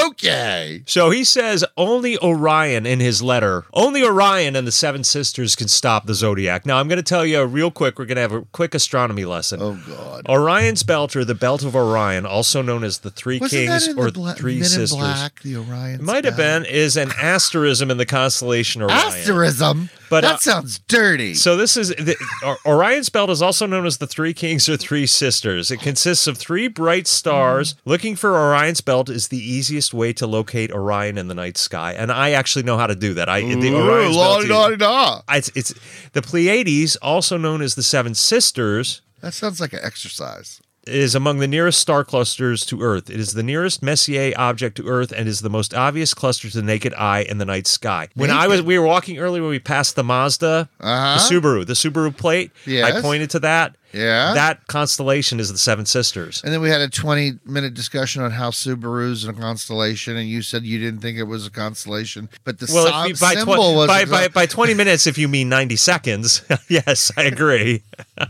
Speaker 1: Okay.
Speaker 2: So he says only Orion in his letter, only Orion and the Seven Sisters can stop the Zodiac. Now I'm going to tell you real quick. We're going to have a quick astronomy lesson.
Speaker 1: Oh God.
Speaker 2: Orion's belt, or the belt of Orion, also known as the 3
Speaker 1: Wasn't
Speaker 2: Kings
Speaker 1: that in
Speaker 2: or
Speaker 1: the Bla-
Speaker 2: Three
Speaker 1: Men
Speaker 2: Sisters,
Speaker 1: in Black? The Orion.
Speaker 2: It might have been is an asterism in the constellation Orion.
Speaker 1: asterism. But
Speaker 2: But, uh,
Speaker 1: that sounds dirty.
Speaker 2: So this is the, Or- Orion's belt is also known as the Three Kings or Three Sisters. It consists of three bright stars. Looking for Orion's belt is the easiest way to locate Orion in the night sky, and I actually know how to do that. I the Orion's belt. is-
Speaker 1: da.
Speaker 2: It's, it's the Pleiades, also known as the Seven Sisters,
Speaker 1: That sounds like an exercise.
Speaker 2: is among the nearest star clusters to Earth. It is the nearest Messier object to Earth and is the most obvious cluster to the naked eye in the night sky. When I was we were walking earlier, we passed the Mazda,
Speaker 1: Uh-huh.
Speaker 2: the Subaru, the Subaru plate. I
Speaker 1: Yes.
Speaker 2: pointed to that.
Speaker 1: Yeah.
Speaker 2: That constellation is the Seven Sisters.
Speaker 1: And then we had a 20 minute discussion on how Subaru's a constellation, and you said you didn't think it was a constellation, but the
Speaker 2: Well,
Speaker 1: so-
Speaker 2: if you- by,
Speaker 1: symbol
Speaker 2: twen-
Speaker 1: was.
Speaker 2: by,
Speaker 1: a
Speaker 2: by, by 20 minutes, if you mean 90 seconds, yes, I agree.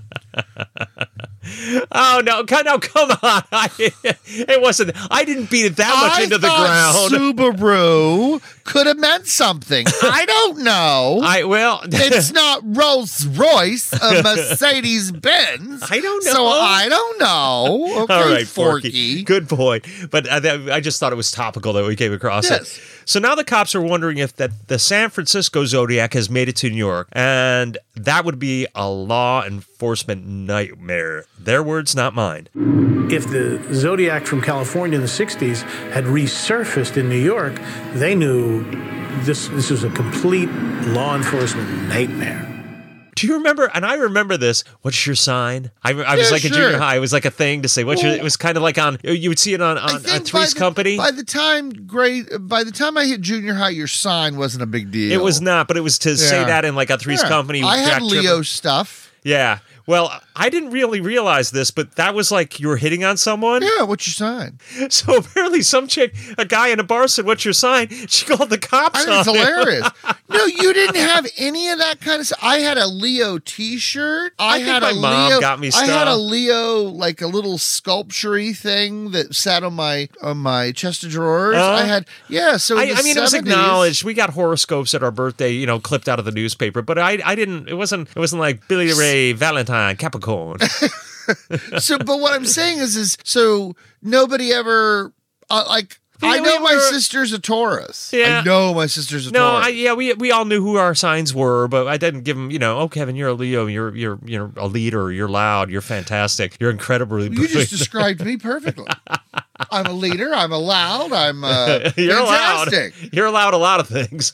Speaker 2: Oh no! Come now, come on! I, it wasn't. I didn't beat it that much
Speaker 1: I
Speaker 2: into the
Speaker 1: thought
Speaker 2: ground.
Speaker 1: Subaru could have meant something. I don't know.
Speaker 2: I well.
Speaker 1: it's not Rolls Royce, a Mercedes Benz.
Speaker 2: I don't
Speaker 1: So
Speaker 2: know.
Speaker 1: I don't know. Okay,
Speaker 2: All right,
Speaker 1: Forky.
Speaker 2: Forky. Good point. But I, that, I just thought it was topical that we came across
Speaker 1: Yes.
Speaker 2: it. So now the cops are wondering if that the San Francisco Zodiac has made it to New York, and that would be a law enforcement nightmare. Their words, not mine.
Speaker 6: If the Zodiac from California in the 60s had resurfaced in New York, they knew this, this was a complete law enforcement nightmare.
Speaker 2: Do you remember? And I remember this. What's your sign? I, I was
Speaker 1: Yeah,
Speaker 2: like a
Speaker 1: sure.
Speaker 2: junior high. It was like a thing to say. What's your? It was kind of like on. You would see it on
Speaker 1: I
Speaker 2: on a
Speaker 1: think by
Speaker 2: Tweets
Speaker 1: the,
Speaker 2: company.
Speaker 1: By the time grade, by the time I hit junior high, your sign wasn't a big deal.
Speaker 2: it was not, but it was to say
Speaker 1: Yeah.
Speaker 2: that in like a Three's
Speaker 1: Yeah.
Speaker 2: Company.
Speaker 1: I had
Speaker 2: Jack
Speaker 1: Leo
Speaker 2: Tribble.
Speaker 1: stuff.
Speaker 2: Yeah. Well, I didn't really realize this, but that was like you were hitting on someone.
Speaker 1: Yeah, what's your sign?
Speaker 2: So apparently, some chick, a guy in a bar said, "What's your sign?" She called the
Speaker 1: I
Speaker 2: cops
Speaker 1: think it's
Speaker 2: on it.
Speaker 1: hilarious. no, you didn't have any of that kind of stuff. I had a Leo T-shirt. I,
Speaker 2: I think
Speaker 1: had
Speaker 2: my
Speaker 1: a
Speaker 2: mom
Speaker 1: Leo.
Speaker 2: got me
Speaker 1: I had a
Speaker 2: stuff.
Speaker 1: Leo, like a little sculpture-y thing that sat on my on my chest of drawers.
Speaker 2: Uh-huh.
Speaker 1: I had yeah. So in
Speaker 2: I,
Speaker 1: the
Speaker 2: I mean, it was
Speaker 1: 70s
Speaker 2: acknowledged. We got horoscopes at our birthday, you know, clipped out of the newspaper. But I, I didn't. It wasn't. It wasn't like Billy Ray Valentine Capricorn.
Speaker 1: so, but what I'm saying is, is so nobody ever uh, like.
Speaker 2: Yeah,
Speaker 1: I know
Speaker 2: we
Speaker 1: my
Speaker 2: were-
Speaker 1: sister's a Taurus.
Speaker 2: Yeah.
Speaker 1: I know my sister's a
Speaker 2: No,
Speaker 1: Taurus.
Speaker 2: I, yeah, we we all knew who our signs were, but I didn't give them. You know, oh, Kevin, you're a Leo. You're you're you're a leader. You're loud. You're fantastic. You're incredibly.
Speaker 1: You
Speaker 2: brilliant.
Speaker 1: just described me perfectly. I'm a leader. I'm allowed. I'm uh,
Speaker 2: You're
Speaker 1: fantastic.
Speaker 2: allowed. You're allowed a lot of things.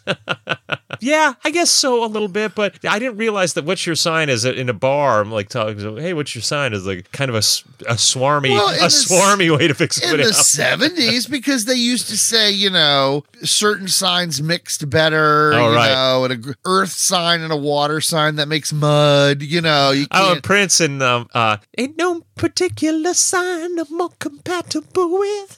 Speaker 2: yeah, I guess so a little bit, but I didn't realize that what's your sign is in a bar. I'm like talking, to, hey, what's your sign is like kind of a, s- a swarmy,
Speaker 1: Well, in
Speaker 2: a
Speaker 1: the s-
Speaker 2: swarmy way to fix
Speaker 1: In
Speaker 2: it
Speaker 1: the
Speaker 2: out.
Speaker 1: 70s, because they used to say, you know, certain signs mixed better,
Speaker 2: Oh,
Speaker 1: you
Speaker 2: right.
Speaker 1: know, and a gr- earth sign and a water sign that makes mud, you know, you
Speaker 2: Oh,
Speaker 1: can't.
Speaker 2: and Prince and um, uh, ain't no particular sign I'm more compatible with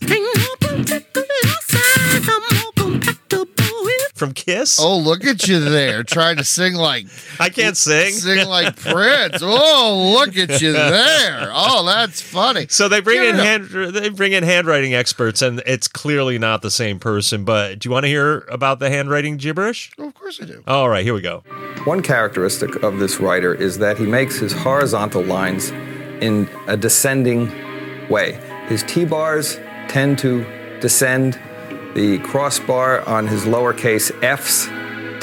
Speaker 2: from Kiss.
Speaker 1: Oh, look at you there, trying to sing like
Speaker 2: I can't sing.
Speaker 1: sing like Prince. Oh, look at you there. Oh, that's funny.
Speaker 2: So they bring
Speaker 1: Yeah,
Speaker 2: in
Speaker 1: no.
Speaker 2: hand, they bring in handwriting experts, and it's clearly not the same person. But do you want to hear about the handwriting gibberish?
Speaker 1: Oh, Of course I do.
Speaker 2: All right, here we go.
Speaker 7: One characteristic of this writer is that he makes his horizontal lines in a descending way. His T bars tend to descend, the crossbar on his lowercase f's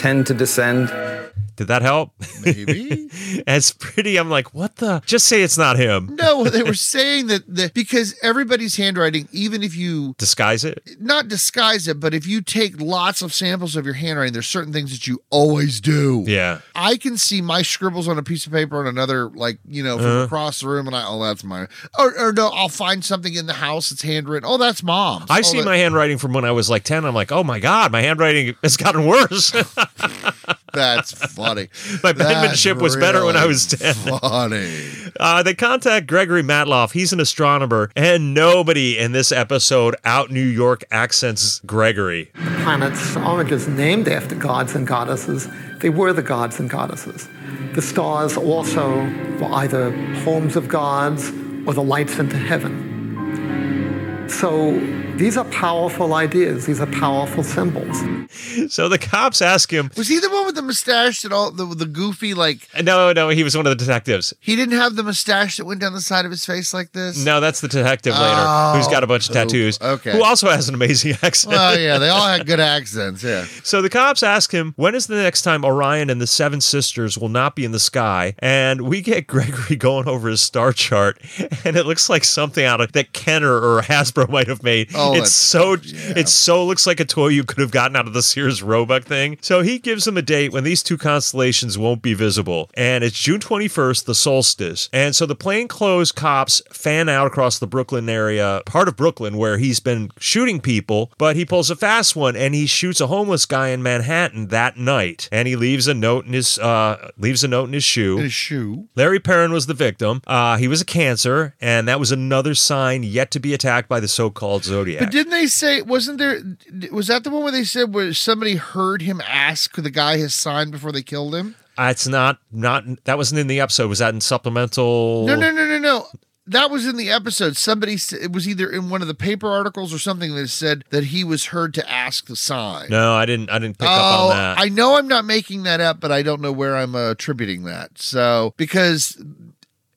Speaker 7: tend to descend.
Speaker 2: Did that help?
Speaker 1: Maybe.
Speaker 2: That's pretty. I'm like, what the? Just say it's not him.
Speaker 1: No, they were saying that the, because everybody's handwriting, even if you
Speaker 2: Disguise it.
Speaker 1: not disguise it, but if you take lots of samples of your handwriting, there's certain things that you always do.
Speaker 2: Yeah.
Speaker 1: I can see my scribbles on a piece of paper on another, like, you know,
Speaker 2: Uh-huh.
Speaker 1: from across the room, and I, oh, that's mine. Or, or no, I'll find something in the house that's handwritten. Oh, that's mom's.
Speaker 2: I
Speaker 1: Oh,
Speaker 2: see
Speaker 1: that-
Speaker 2: my handwriting from when I was like 10. I'm like, oh my God, my handwriting has gotten worse.
Speaker 1: That's funny.
Speaker 2: My
Speaker 1: That's
Speaker 2: penmanship was better when I
Speaker 1: really
Speaker 2: was 10.
Speaker 1: Funny.
Speaker 2: uh, they contact Gregory Matloff. He's an astronomer, and nobody in this episode out New York accents Gregory.
Speaker 8: planets aren't just named after gods and goddesses, they were the gods and goddesses. The stars also were either homes of gods or the lights into heaven. So these are powerful ideas, these are powerful symbols.
Speaker 2: So the cops ask him,
Speaker 1: Was he the one with the mustache that all the, the goofy, like,
Speaker 2: no, no, he was one of the detectives.
Speaker 1: he didn't have the mustache that went down the side of his face like this?
Speaker 2: No, that's the detective later who's got a bunch of tattoos.
Speaker 1: Oh, Okay.
Speaker 2: Who also has an amazing accent.
Speaker 1: Oh, yeah. They all had good accents. Yeah.
Speaker 2: So the cops ask him, when is the next time Orion and the Seven Sisters will not be in the sky? And we get Gregory going over his star chart, and it looks like something out of that Kenner or Hasbro might have made.
Speaker 1: Oh,
Speaker 2: it's
Speaker 1: that's-
Speaker 2: so it so looks like a toy you could have gotten out of the Sears Roebuck thing. So he gives them a date when these two constellations won't be visible, and it's June 21st, the solstice. And so the plainclothes cops fan out across the Brooklyn area, part of Brooklyn where he's been shooting people, but he pulls a fast one and he shoots a homeless guy in Manhattan that night, and he leaves a note in his uh, leaves a note in his shoe.
Speaker 1: His shoe.
Speaker 2: Larry Perrin was the victim. Uh, he was a cancer, and that was another sign yet to be attacked by the so-called Zodiac.
Speaker 1: But didn't they say? Wasn't there? Was that the one where they said where somebody heard him ask the guy his sign before they killed him?
Speaker 2: That's Uh, not not that wasn't in the episode. Was that in supplemental?
Speaker 1: No, no, no, no, no. That was in the episode. Somebody s- it was either in one of the paper articles or something that said that he was heard to ask the sign.
Speaker 2: No, I didn't. I didn't pick up
Speaker 1: Oh,
Speaker 2: on that.
Speaker 1: I know I'm not making that up, but I don't know where I'm uh, attributing that. So, because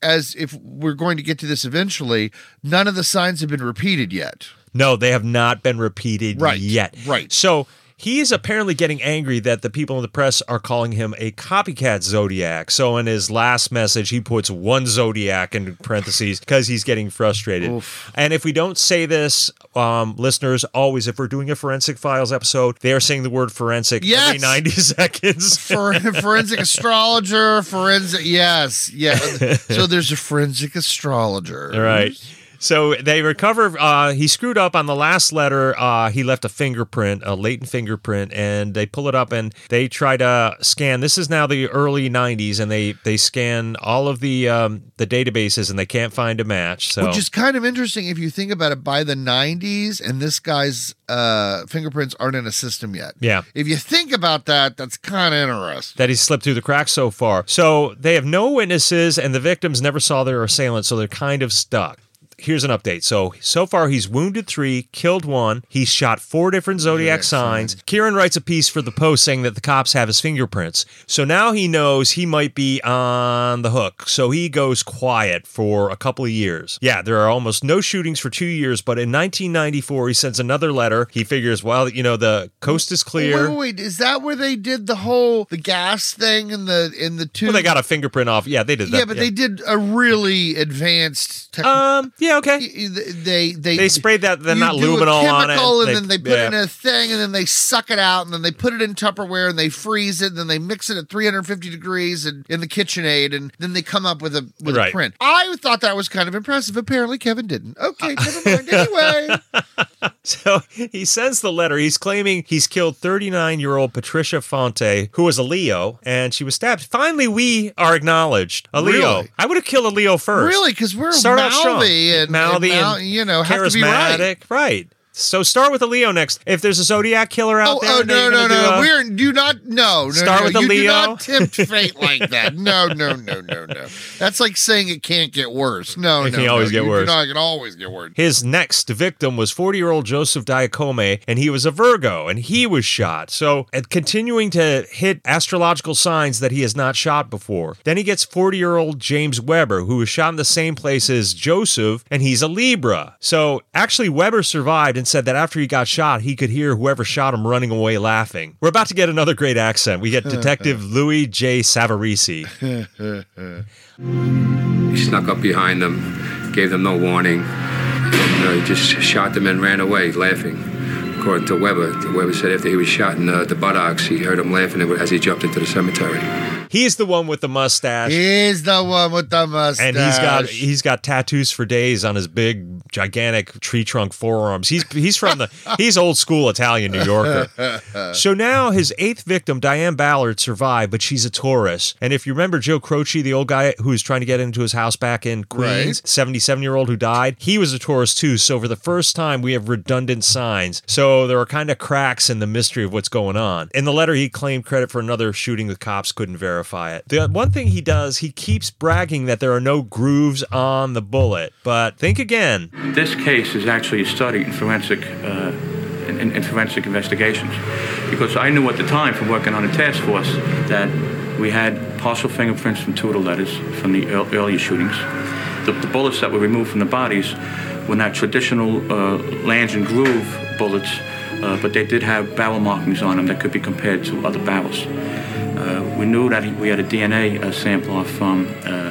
Speaker 1: as if we're going to get to this eventually, none of the signs have been repeated yet.
Speaker 2: No, they have not been repeated
Speaker 1: Right,
Speaker 2: yet.
Speaker 1: right.
Speaker 2: So he is apparently getting angry that the people in the press are calling him a copycat Zodiac. So in his last message, he puts one Zodiac in parentheses because he's getting frustrated. And if we don't say this, um, listeners, always, if we're doing a Forensic Files episode, they are saying the word forensic every
Speaker 1: Yes!
Speaker 2: 90 seconds.
Speaker 1: For, forensic astrologer, forensic, yes, yes. So there's a forensic astrologer.
Speaker 2: All right. So they recover. Uh, he screwed up on the last letter. Uh, he left a fingerprint, a latent fingerprint, and they pull it up and they try to scan. This is now the early '90s, and they they scan all of the um, the databases and they can't find a match. So
Speaker 1: Which is kind of interesting if you think about it. By the '90s, and this guy's uh, fingerprints aren't in a system yet.
Speaker 2: Yeah.
Speaker 1: If you think about that, that's kind of interesting.
Speaker 2: that he's slipped through the cracks so far. So they have no witnesses, and the victims never saw their assailant, so they're kind of stuck. Here's an update. So so far he's wounded three, killed one. He's shot four different zodiac signs. Kieran writes a piece for the Post saying that the cops have his fingerprints. So now he knows he might be on the hook. So he goes quiet for a couple of years. Yeah, there are almost no shootings for two years. But in 1994, he sends another letter. He figures, well, you know, the coast is
Speaker 1: Wait,
Speaker 2: clear.
Speaker 1: wait, wait, is that where they did the whole the gas thing in the in the two?
Speaker 2: Well, they got a fingerprint off. Yeah, they did that.
Speaker 1: yeah, but they did a really advanced. Tech-
Speaker 2: Um. Yeah. Okay.
Speaker 1: they they
Speaker 2: They sprayed that, then
Speaker 1: you
Speaker 2: not
Speaker 1: do a
Speaker 2: luminol on it.
Speaker 1: chemical, and
Speaker 2: They-
Speaker 1: then they put
Speaker 2: yeah.
Speaker 1: it in a thing, and then they suck it out, and then they put it in Tupperware, and they freeze it, and then they mix it at 350 degrees and in the KitchenAid, and then they come up with a with
Speaker 2: Right.
Speaker 1: a print. I thought that was kind of impressive. Apparently, Kevin didn't. Okay,
Speaker 2: Uh,
Speaker 1: never mind. Anyway,
Speaker 2: So he sends the letter. He's claiming he's killed 39 year old Patricia Fonte, who was a Leo, and she was stabbed. Finally, we are acknowledged. A Leo.
Speaker 1: Really?
Speaker 2: I would have killed a Leo first.
Speaker 1: really, because we're
Speaker 2: Start out strong.
Speaker 1: mouthy and,
Speaker 2: mouthy
Speaker 1: and, mou-
Speaker 2: and
Speaker 1: you know have to be right.
Speaker 2: charismatic. Right. So start with a Leo next. If there's a Zodiac killer out
Speaker 1: Oh,
Speaker 2: there,
Speaker 1: oh
Speaker 2: that
Speaker 1: no
Speaker 2: you're
Speaker 1: no
Speaker 2: gonna do
Speaker 1: no!
Speaker 2: a-
Speaker 1: We're do not no no
Speaker 2: Start
Speaker 1: no.
Speaker 2: with a
Speaker 1: you do
Speaker 2: Leo.
Speaker 1: not tempt fate like that. No no no no no. That's like saying it can't get worse. No
Speaker 2: It
Speaker 1: no,
Speaker 2: can
Speaker 1: no.
Speaker 2: always get
Speaker 1: You do
Speaker 2: worse.
Speaker 1: not- it can always get worse.
Speaker 2: His next victim was 40 year old Joseph Diacome, and he was a Virgo, and he was shot. So, at continuing to hit astrological signs that he has not shot before. Then he gets 40 year old James Weber, who was shot in the same place as Joseph, and he's a Libra. So, actually, Weber survived and said that after he got shot, he could hear whoever shot him running away laughing. We're about to get another great accent. We get Detective Louis J. Savarisi.
Speaker 9: He snuck up behind them, gave them no warning. You know, he just shot them and ran away, laughing. According to Weber, Weber said after he was shot in uh, the, the buttocks, he heard him laughing as he jumped into the cemetery.
Speaker 2: He's the one with the mustache.
Speaker 1: He's the one with the mustache.
Speaker 2: and he's
Speaker 1: uh,
Speaker 2: got he's got tattoos for days on his big gigantic tree trunk forearms. He's he's from the he's old school Italian New Yorker. So now his eighth victim, Diane Ballard, survived, but she's a Taurus. And if you remember Joe Croce, the old guy who was trying to get into his house back in Queens, seventy-seven year old who died, he was a Taurus too. So for the first time, we have redundant signs. So there are kind of cracks in the mystery of what's going on. In the letter, he claimed credit for another shooting. The cops couldn't verify it. The one thing he does, he keeps bragging that there are no grooves on the bullet. But think again.
Speaker 10: This case is actually studied in forensic, uh, in, in forensic investigations, because I knew at the time from working on a task force that we had partial fingerprints from two of the letters from the ear- earlier shootings. The, the bullets that were removed from the bodies were not traditional uh, lands and groove bullets, uh, but they did have barrel markings on them that could be compared to other barrels. Uh, we knew that we had a DNA uh, sample off from uh,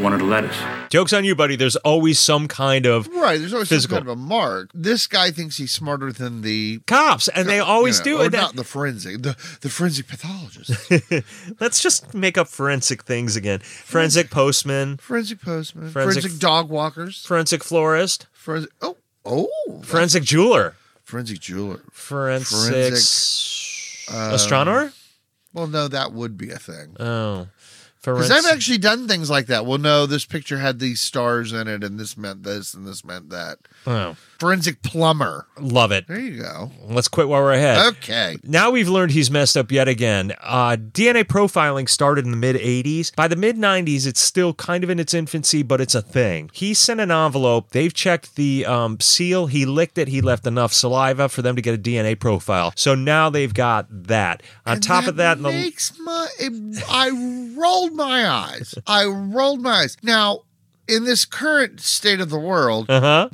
Speaker 10: one of the letters.
Speaker 2: Joke's on you, buddy. There's always some kind of
Speaker 1: right. There's always
Speaker 2: Physical.
Speaker 1: some kind of a mark. This guy thinks he's smarter than the.
Speaker 2: cops, and they always
Speaker 1: you know,
Speaker 2: do.
Speaker 1: Or
Speaker 2: And that-
Speaker 1: not the forensic, the, the forensic pathologist,
Speaker 2: Let's just make up forensic things again. Forensic postman,
Speaker 1: forensic postman,
Speaker 2: Forensic-
Speaker 1: forensic, dog walkers,
Speaker 2: forensic florist,
Speaker 1: forensic. Oh, oh,
Speaker 2: forensic jeweler,
Speaker 1: forensic jeweler.
Speaker 2: forensic,
Speaker 1: Forensic, um,
Speaker 2: s- astronomer.
Speaker 1: Well, no, that would be a thing.
Speaker 2: Oh,
Speaker 1: Because
Speaker 2: Forensic-
Speaker 1: I've actually done things like that. Well, no, this picture had these stars in it, and this meant this, and this meant that.
Speaker 2: Oh,
Speaker 1: Forensic plumber.
Speaker 2: love it.
Speaker 1: There you go.
Speaker 2: Let's quit while we're ahead.
Speaker 1: Okay.
Speaker 2: Now we've learned he's messed up yet again. Uh, DNA profiling started in the mid 80s. By the mid 90s, it's still kind of in its infancy, but it's a thing. He sent an envelope. They've checked the um, seal. He licked it. He left enough saliva for them to get a DNA profile. So now they've got that. On top of that, in the-
Speaker 1: makes my. it- I rolled my eyes. I rolled my eyes. Now, in this current state of the world,
Speaker 2: uh-huh.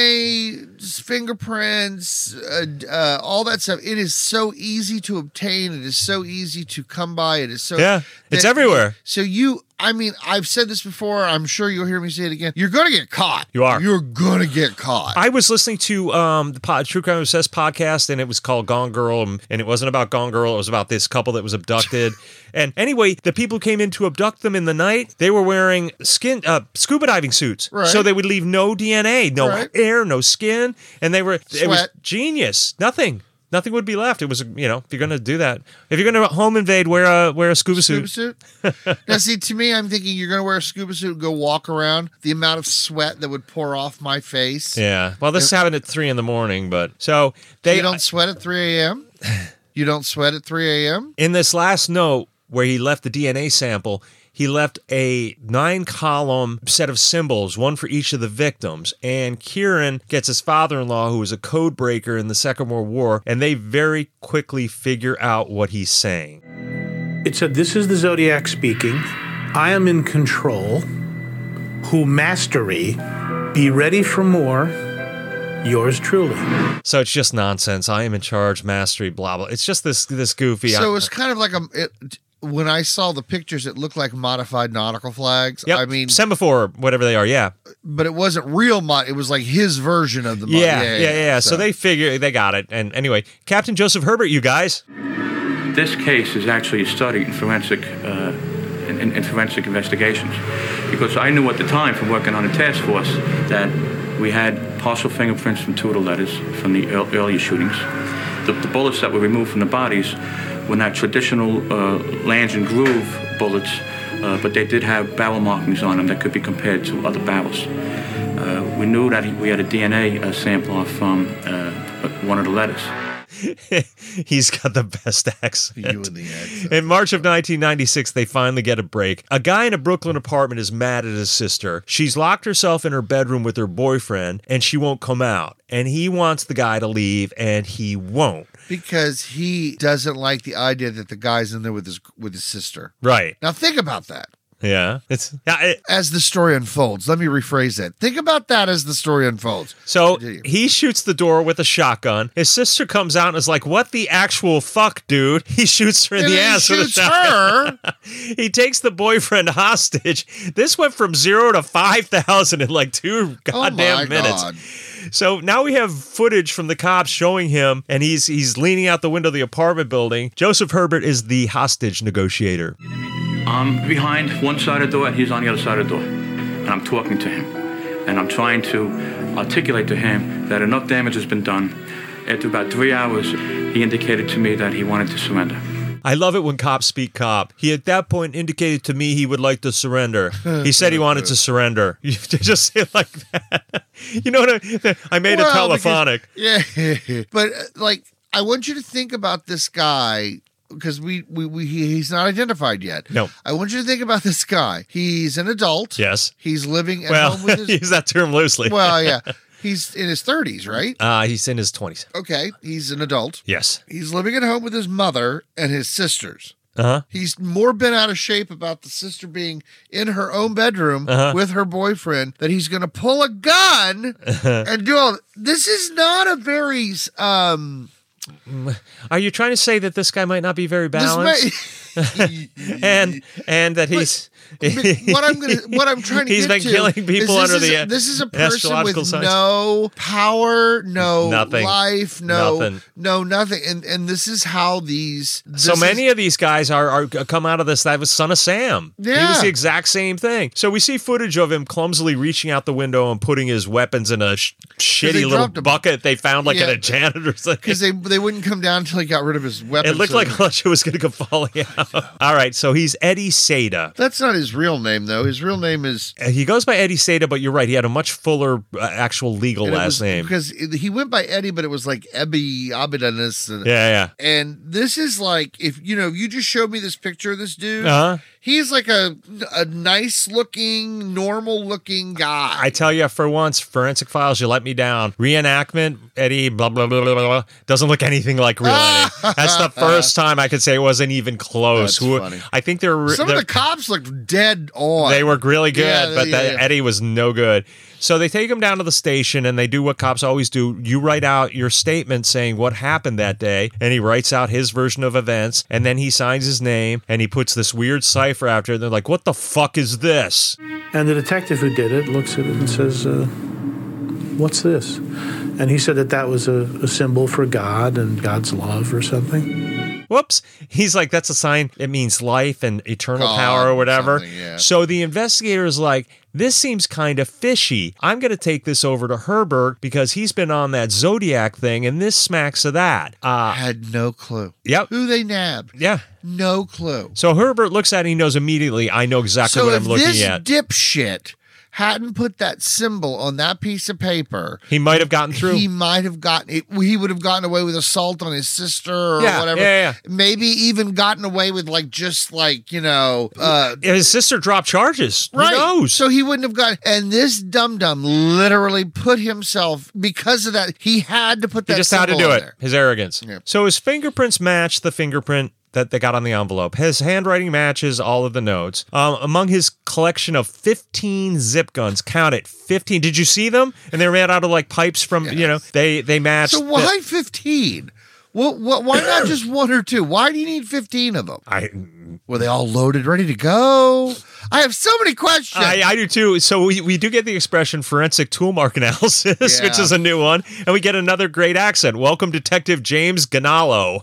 Speaker 1: DNA, fingerprints, uh, uh, all that stuff. It is so easy to obtain. It is so easy to come by. It is so
Speaker 2: Yeah, it's everywhere.
Speaker 1: So you, I mean, I've said this before. I'm sure you'll hear me say it again. You're gonna get caught.
Speaker 2: You are.
Speaker 1: You're gonna get caught.
Speaker 2: I was listening to um, the pod, True Crime Obsessed podcast, and it was called Gone Girl, and and it wasn't about Gone Girl. It was about this couple that was abducted. and anyway, the people who came in to abduct them in the night, they were wearing skin uh, scuba diving suits,
Speaker 1: Right.
Speaker 2: so they would leave no DNA, no
Speaker 1: Right.
Speaker 2: hair, no skin, and they were it was
Speaker 1: Sweat.
Speaker 2: genius. Nothing. Nothing would be left. It was, you know, if you're going to do that, if you're going to home invade, wear a wear a scuba,
Speaker 1: scuba
Speaker 2: suit.
Speaker 1: suit. now, see, to me, I'm thinking you're gonna wear a scuba suit and go walk around. The amount of sweat that would pour off my face.
Speaker 2: Yeah. Well, this happened at three in the morning, but so they
Speaker 1: you don't sweat at 3 a.m. You don't sweat at 3 a.m.
Speaker 2: In this last note where he left the DNA sample, he left a nine column set of symbols, one for each of the victims. And Kieran gets his father in law, who was a code breaker in the Second World War, and they very quickly figure out what he's saying.
Speaker 6: It said, This is the Zodiac speaking. I am in control. Who mastery. Be ready for more. Yours truly.
Speaker 2: So it's just nonsense. I am in charge, mastery, blah, blah. It's just this this goofy. uh,
Speaker 1: So it was kind of like a. It, when I saw the pictures, it looked like modified nautical flags.
Speaker 2: Yep,
Speaker 1: I mean,
Speaker 2: semaphore, whatever they are. Yeah.
Speaker 1: but it wasn't real mod. It was like his version of the mod.
Speaker 2: Yeah, yeah, yeah. So. they figure they got it. And anyway, Captain Joseph Herbert, you guys.
Speaker 10: This case is actually studied in forensic, uh, in, in- in forensic investigations, because I knew at the time from working on a task force that we had partial fingerprints from Tudor letters from the ear- earlier shootings. The, the bullets that were removed from the bodies were not traditional uh, lands and groove bullets, uh, but they did have barrel markings on them that could be compared to other barrels. Uh, we knew that we had a DNA uh, sample off from uh, one of the letters.
Speaker 2: he's got the best accent.
Speaker 1: You and the accent.
Speaker 2: In March of 1996, they finally get a break. A guy in a Brooklyn apartment is mad at his sister. She's locked herself in her bedroom with her boyfriend and she won't come out. And he wants the guy to leave and he won't.
Speaker 1: because he doesn't like the idea that the guy's in there with his with his sister.
Speaker 2: Right.
Speaker 1: Now think about that
Speaker 2: Yeah. It's yeah, it-
Speaker 1: as the story unfolds. Let me rephrase that. Think about that as the story unfolds.
Speaker 2: so
Speaker 1: Continue.
Speaker 2: he shoots the door with a shotgun. His sister comes out and is like, "What the actual fuck, dude?" He shoots her in
Speaker 1: And
Speaker 2: the
Speaker 1: then he
Speaker 2: ass with a
Speaker 1: shoots
Speaker 2: shotgun.
Speaker 1: her.
Speaker 2: he takes the boyfriend hostage. This went from zero to 5,000 in like two goddamn
Speaker 1: Oh my
Speaker 2: minutes.
Speaker 1: God.
Speaker 2: So now we have footage from the cops showing him, and he's he's leaning out the window of the apartment building. Joseph Herbert is the hostage negotiator.
Speaker 10: I'm behind one side of the door and he's on the other side of the door. And I'm talking to him. And I'm trying to articulate to him that enough damage has been done. After about three hours, he indicated to me that he wanted to surrender.
Speaker 2: I love it when cops speak cop. He at that point indicated to me he would like to surrender. He said he wanted to surrender. You just say it like that. You know what I, I made a
Speaker 1: Well, because-
Speaker 2: telephonic.
Speaker 1: yeah, but uh, like, I want you to think about this guy because we, we we he- he's not identified yet.
Speaker 2: No.
Speaker 1: I want you to think about this guy. He's an adult.
Speaker 2: Yes.
Speaker 1: he's living at
Speaker 2: Well,
Speaker 1: home with his.
Speaker 2: use that term loosely.
Speaker 1: well, yeah, he's in his thirties, right?
Speaker 2: uh, he's in his 20s.
Speaker 1: Okay, he's an adult.
Speaker 2: Yes.
Speaker 1: He's living at home with his mother and his sisters.
Speaker 2: Uh huh.
Speaker 1: He's more been out of shape about the sister being in her own bedroom
Speaker 2: Uh-huh.
Speaker 1: with her boyfriend that he's going to pull a gun
Speaker 2: Uh-huh.
Speaker 1: and do all. This is not a very um.
Speaker 2: Are you trying to say that this guy might not be very
Speaker 1: This
Speaker 2: balanced?
Speaker 1: may-
Speaker 2: and and that he's
Speaker 1: what I'm gonna, what I'm trying to
Speaker 2: He's
Speaker 1: get
Speaker 2: been
Speaker 1: to
Speaker 2: killing people
Speaker 1: is this
Speaker 2: under
Speaker 1: is-
Speaker 2: the, uh,
Speaker 1: this is a person with
Speaker 2: astrological signs.
Speaker 1: no power, no
Speaker 2: Nothing.
Speaker 1: life, no
Speaker 2: Nothing.
Speaker 1: no nothing, and and this is how these
Speaker 2: so
Speaker 1: this is-
Speaker 2: many of these guys are, are come out of this. That was Son of Sam. He was
Speaker 1: Yeah.
Speaker 2: the exact same thing. So we see footage of him clumsily reaching out the window and putting his weapons in a sh-
Speaker 1: they
Speaker 2: shitty little
Speaker 1: dropped 'em.
Speaker 2: bucket they found like in
Speaker 1: Yeah.
Speaker 2: a janitor's thing.
Speaker 1: because they they wouldn't come down until he got rid of his weapon.
Speaker 2: It looked like Hunter was going to go falling out. All right, so he's Eddie Sada.
Speaker 1: That's not his real name, though. His real name is.
Speaker 2: Uh, He goes by Eddie Sada, but you're right. He had a much fuller uh, actual legal
Speaker 1: and it
Speaker 2: last
Speaker 1: was-
Speaker 2: name.
Speaker 1: Because it- he went by Eddie, but it was like Ebby Abidanis. And,
Speaker 2: Yeah,
Speaker 1: And this is like, if you know, you just showed me this picture of this dude.
Speaker 2: yeah. Uh-huh.
Speaker 1: He's like a, a nice looking, normal looking guy.
Speaker 2: I tell you, for once, Forensic Files, you let me down. Reenactment, Eddie, blah, blah, blah, blah, blah, doesn't look anything like real Eddie. That's the first time I could say it wasn't even close.
Speaker 1: That's funny.
Speaker 2: I think they're,
Speaker 1: Some
Speaker 2: they're
Speaker 1: of the cops looked dead on.
Speaker 2: They were really good,
Speaker 1: Yeah,
Speaker 2: but
Speaker 1: yeah,
Speaker 2: that
Speaker 1: yeah.
Speaker 2: Eddie was no good. So they take him down to the station and they do what cops always do. You write out your statement saying what happened that day, and he writes out his version of events, and then he signs his name and he puts this weird cipher after it. They're like, What the fuck is this?
Speaker 6: And the detective who did it looks at it and says, uh, What's this? And he said that that was a, a symbol for God and God's love or something.
Speaker 2: Whoops. He's like, That's a sign. It means life and eternal
Speaker 1: God,
Speaker 2: power or whatever.
Speaker 1: something, yeah.
Speaker 2: So the investigator is like, this seems kind of fishy. I'm going to take this over to Herbert because he's been on that Zodiac thing and this smacks of that. Uh,
Speaker 1: I had no clue.
Speaker 2: Yep.
Speaker 1: Who they nabbed.
Speaker 2: yeah.
Speaker 1: No clue.
Speaker 2: So Herbert looks at it, he knows immediately, I know exactly
Speaker 1: so
Speaker 2: what
Speaker 1: if
Speaker 2: I'm looking
Speaker 1: this
Speaker 2: at.
Speaker 1: dipshit hadn't put that symbol on that piece of paper,
Speaker 2: he might have gotten through.
Speaker 1: he might have gotten it. He would have gotten away with assault on his sister or
Speaker 2: Yeah,
Speaker 1: whatever.
Speaker 2: yeah, yeah.
Speaker 1: Maybe even gotten away with like just like you know, uh,
Speaker 2: His sister dropped charges.
Speaker 1: right?
Speaker 2: Who knows?
Speaker 1: So he wouldn't have gotten. And this dum dum literally put himself because of that. He had to put that.
Speaker 2: he just had to
Speaker 1: symbol
Speaker 2: do
Speaker 1: on
Speaker 2: it.
Speaker 1: there.
Speaker 2: His arrogance.
Speaker 1: Yeah.
Speaker 2: So his fingerprints match the fingerprint that they got on the envelope. His handwriting matches all of the notes. Um, among his collection of 15 zip guns, count it, 15. Did you see them? And they were made out of like pipes from, you know, they they matched.
Speaker 1: So
Speaker 2: the-
Speaker 1: why fifteen? Well, what, why not just one or two? Why do you need fifteen of them?
Speaker 2: I,
Speaker 1: Were they all loaded, ready to go? I have so many questions.
Speaker 2: I, uh, I do too. So we, we do get the expression forensic tool mark analysis, which
Speaker 1: Yeah.
Speaker 2: is a new one. And we get another great accent. Welcome, Detective James Ganalo.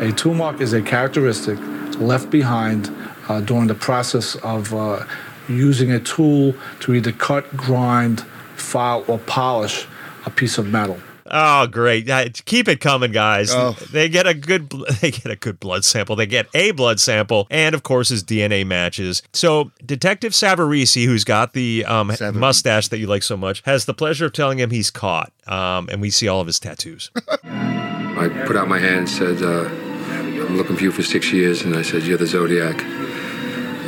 Speaker 11: A tool mark is a characteristic left behind uh, during the process of uh, using a tool to either cut, grind, file, or polish a piece of metal.
Speaker 2: Oh, great! Uh, Keep it coming, guys.
Speaker 1: Oh.
Speaker 2: They get a good, bl- they get a good blood sample. They get a blood sample, and of course, his DNA matches. So, Detective Savarisi, who's got the um,
Speaker 1: Savarese.
Speaker 2: mustache that you like so much, has the pleasure of telling him he's caught, um, and we see all of his tattoos.
Speaker 9: I put out my hand and said, uh, I'm looking for you for six years. And I said, You're the Zodiac.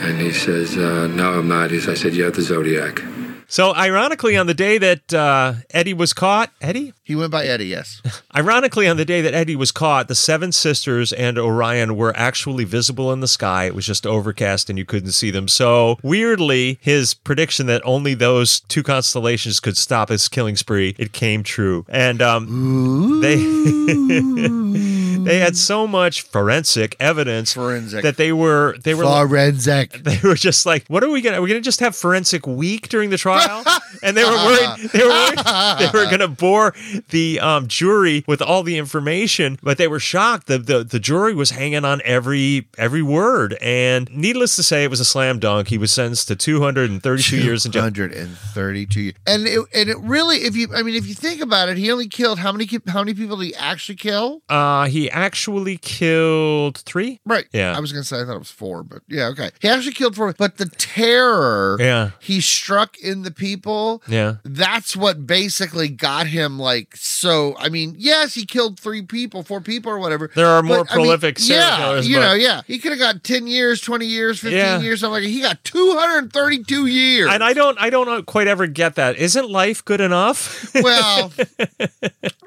Speaker 9: And he says, uh, No, I'm not. He said, I said, You're the Zodiac.
Speaker 2: so, ironically, on the day that uh, Eddie was caught, Eddie,
Speaker 1: he went by Eddie, yes.
Speaker 2: Ironically, on the day that Eddie was caught, the Seven Sisters and Orion were actually visible in the sky. It was just overcast and you couldn't see them. So, weirdly, his prediction that only those two constellations could stop his killing spree, it came true. And um, they they had so much forensic evidence
Speaker 1: Forensic.
Speaker 2: that they were they were
Speaker 1: Forensic.
Speaker 2: they were just like, "What are we gonna? Are we gonna just have forensic week during the trial?" And they were worried. They were worried they were gonna bore the um, jury with all the information, but they were shocked. The, the The jury was hanging on every every word, and needless to say, it was a slam dunk. He was sentenced to 232 years in jail.
Speaker 1: 132 years. And it, and it really, if you, I mean, if you think about it, he only killed how many, ki- how many people did he actually kill?
Speaker 2: Uh, he actually killed three.
Speaker 1: Right.
Speaker 2: Yeah.
Speaker 1: I was going to say, I thought it was four, but yeah, okay. He actually killed four, but the terror
Speaker 2: Yeah.
Speaker 1: he struck in the people,
Speaker 2: Yeah.
Speaker 1: that's what basically got him like so. I mean, yes, he killed three people, four people, or whatever.
Speaker 2: There are more
Speaker 1: I mean,
Speaker 2: prolific serial
Speaker 1: yeah,
Speaker 2: killers,
Speaker 1: You
Speaker 2: but-
Speaker 1: know, yeah, he could have got ten years, twenty years, fifteen
Speaker 2: Yeah.
Speaker 1: years, something like that. He got two hundred and thirty-two years.
Speaker 2: And I don't, I don't quite ever get that. Isn't life good enough?
Speaker 1: well,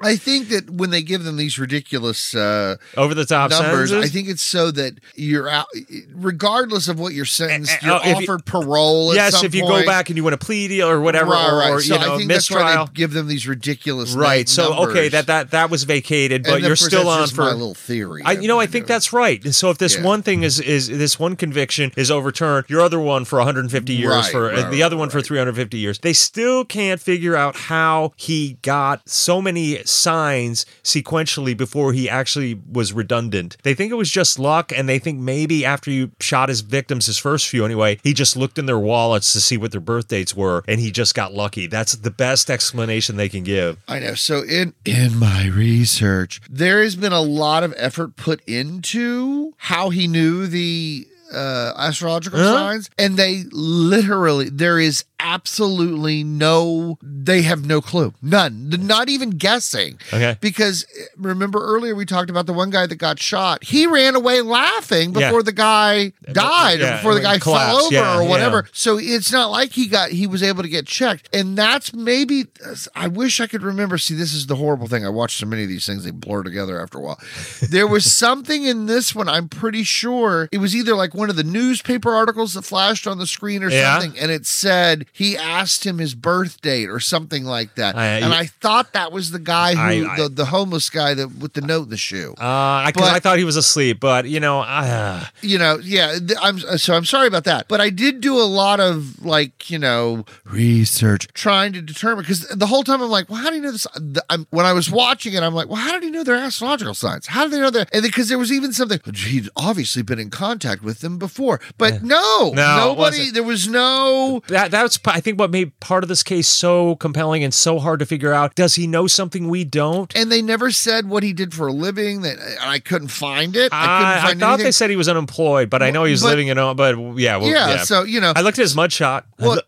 Speaker 1: I think that when they give them these ridiculous uh,
Speaker 2: Over the top
Speaker 1: numbers,
Speaker 2: sentences?
Speaker 1: I think it's so that you're out, regardless of what you're sentenced,
Speaker 2: eh,
Speaker 1: you're
Speaker 2: oh, if you-
Speaker 1: offered parole. At
Speaker 2: yes,
Speaker 1: some
Speaker 2: if you
Speaker 1: point.
Speaker 2: go back and you want to plead deal or whatever,
Speaker 1: right, right.
Speaker 2: or
Speaker 1: so
Speaker 2: you know,
Speaker 1: I think
Speaker 2: mistrial.
Speaker 1: that's why they give them these ridiculous,
Speaker 2: Right.
Speaker 1: num-
Speaker 2: So okay,
Speaker 1: numbers.
Speaker 2: that that that was vacated, but
Speaker 1: And
Speaker 2: you're
Speaker 1: of course,
Speaker 2: still
Speaker 1: that's
Speaker 2: on
Speaker 1: just
Speaker 2: for
Speaker 1: my little theory.
Speaker 2: I, you know, I think that's right. And So if this
Speaker 1: Yeah.
Speaker 2: one thing is is this one conviction is overturned, your other one for 150 years,
Speaker 1: Right,
Speaker 2: for
Speaker 1: right,
Speaker 2: the other one for 350 years, they still can't figure out how he got so many signs sequentially before he actually actually was redundant. They think it was just luck, and they think maybe after you shot his victims, his first few anyway, he just looked in their wallets to see what their birth dates were, and he just got lucky. That's the best explanation they can give.
Speaker 1: I know. So in in my research, there has been a lot of effort put into how he knew the uh, astrological
Speaker 2: Huh?
Speaker 1: signs, and they literally there is absolutely no. They have no clue, none, not even guessing.
Speaker 2: Okay.
Speaker 1: Because eh, remember earlier we talked about the one guy that got shot. He ran away laughing
Speaker 2: Yeah.
Speaker 1: before the guy died,
Speaker 2: yeah,
Speaker 1: or before the guy fell
Speaker 2: collapsed.
Speaker 1: over
Speaker 2: Yeah,
Speaker 1: or
Speaker 2: yeah.
Speaker 1: whatever. So it's not like he got he was able to get checked, and that's maybe. I wish I could remember. See, this is the horrible thing. I watched so many of these things; they blur together after a while. There was something in this one. I'm pretty sure it was either like one of the newspaper articles that flashed on the screen or
Speaker 2: Yeah.
Speaker 1: something, and it said he asked him his birth date or something like that.
Speaker 2: I-
Speaker 1: and I thought that was the guy who
Speaker 2: I- I-
Speaker 1: the, the homeless guy that with the note in the shoe.
Speaker 2: Uh, I, 'cause I
Speaker 1: But-
Speaker 2: thought he was asleep, but you know, I, uh,
Speaker 1: you know, yeah, th- I'm uh, so I'm sorry about that, but I did do a lot of like, you know, research trying to determine because the whole time I'm like, well, how do you know this? Uh, The, I'm, when I was watching it, I'm like, well, how did he know their astrological signs? How do they know that? And because there was even something he'd obviously been in contact with them before, but no,
Speaker 2: No, it
Speaker 1: nobody,
Speaker 2: wasn't.
Speaker 1: there was no.
Speaker 2: that that's I think what made part of this case so compelling and so hard to figure out. Does he know something we don't?
Speaker 1: And they never said what he did for a living. That uh, and I couldn't find it.
Speaker 2: I,
Speaker 1: I, couldn't
Speaker 2: I
Speaker 1: find
Speaker 2: thought
Speaker 1: anything.
Speaker 2: they said he was unemployed, but I know he was
Speaker 1: But-
Speaker 2: living in. uh, But yeah, well,
Speaker 1: Yeah, so, you know-
Speaker 2: I looked at his mugshot.
Speaker 1: Well,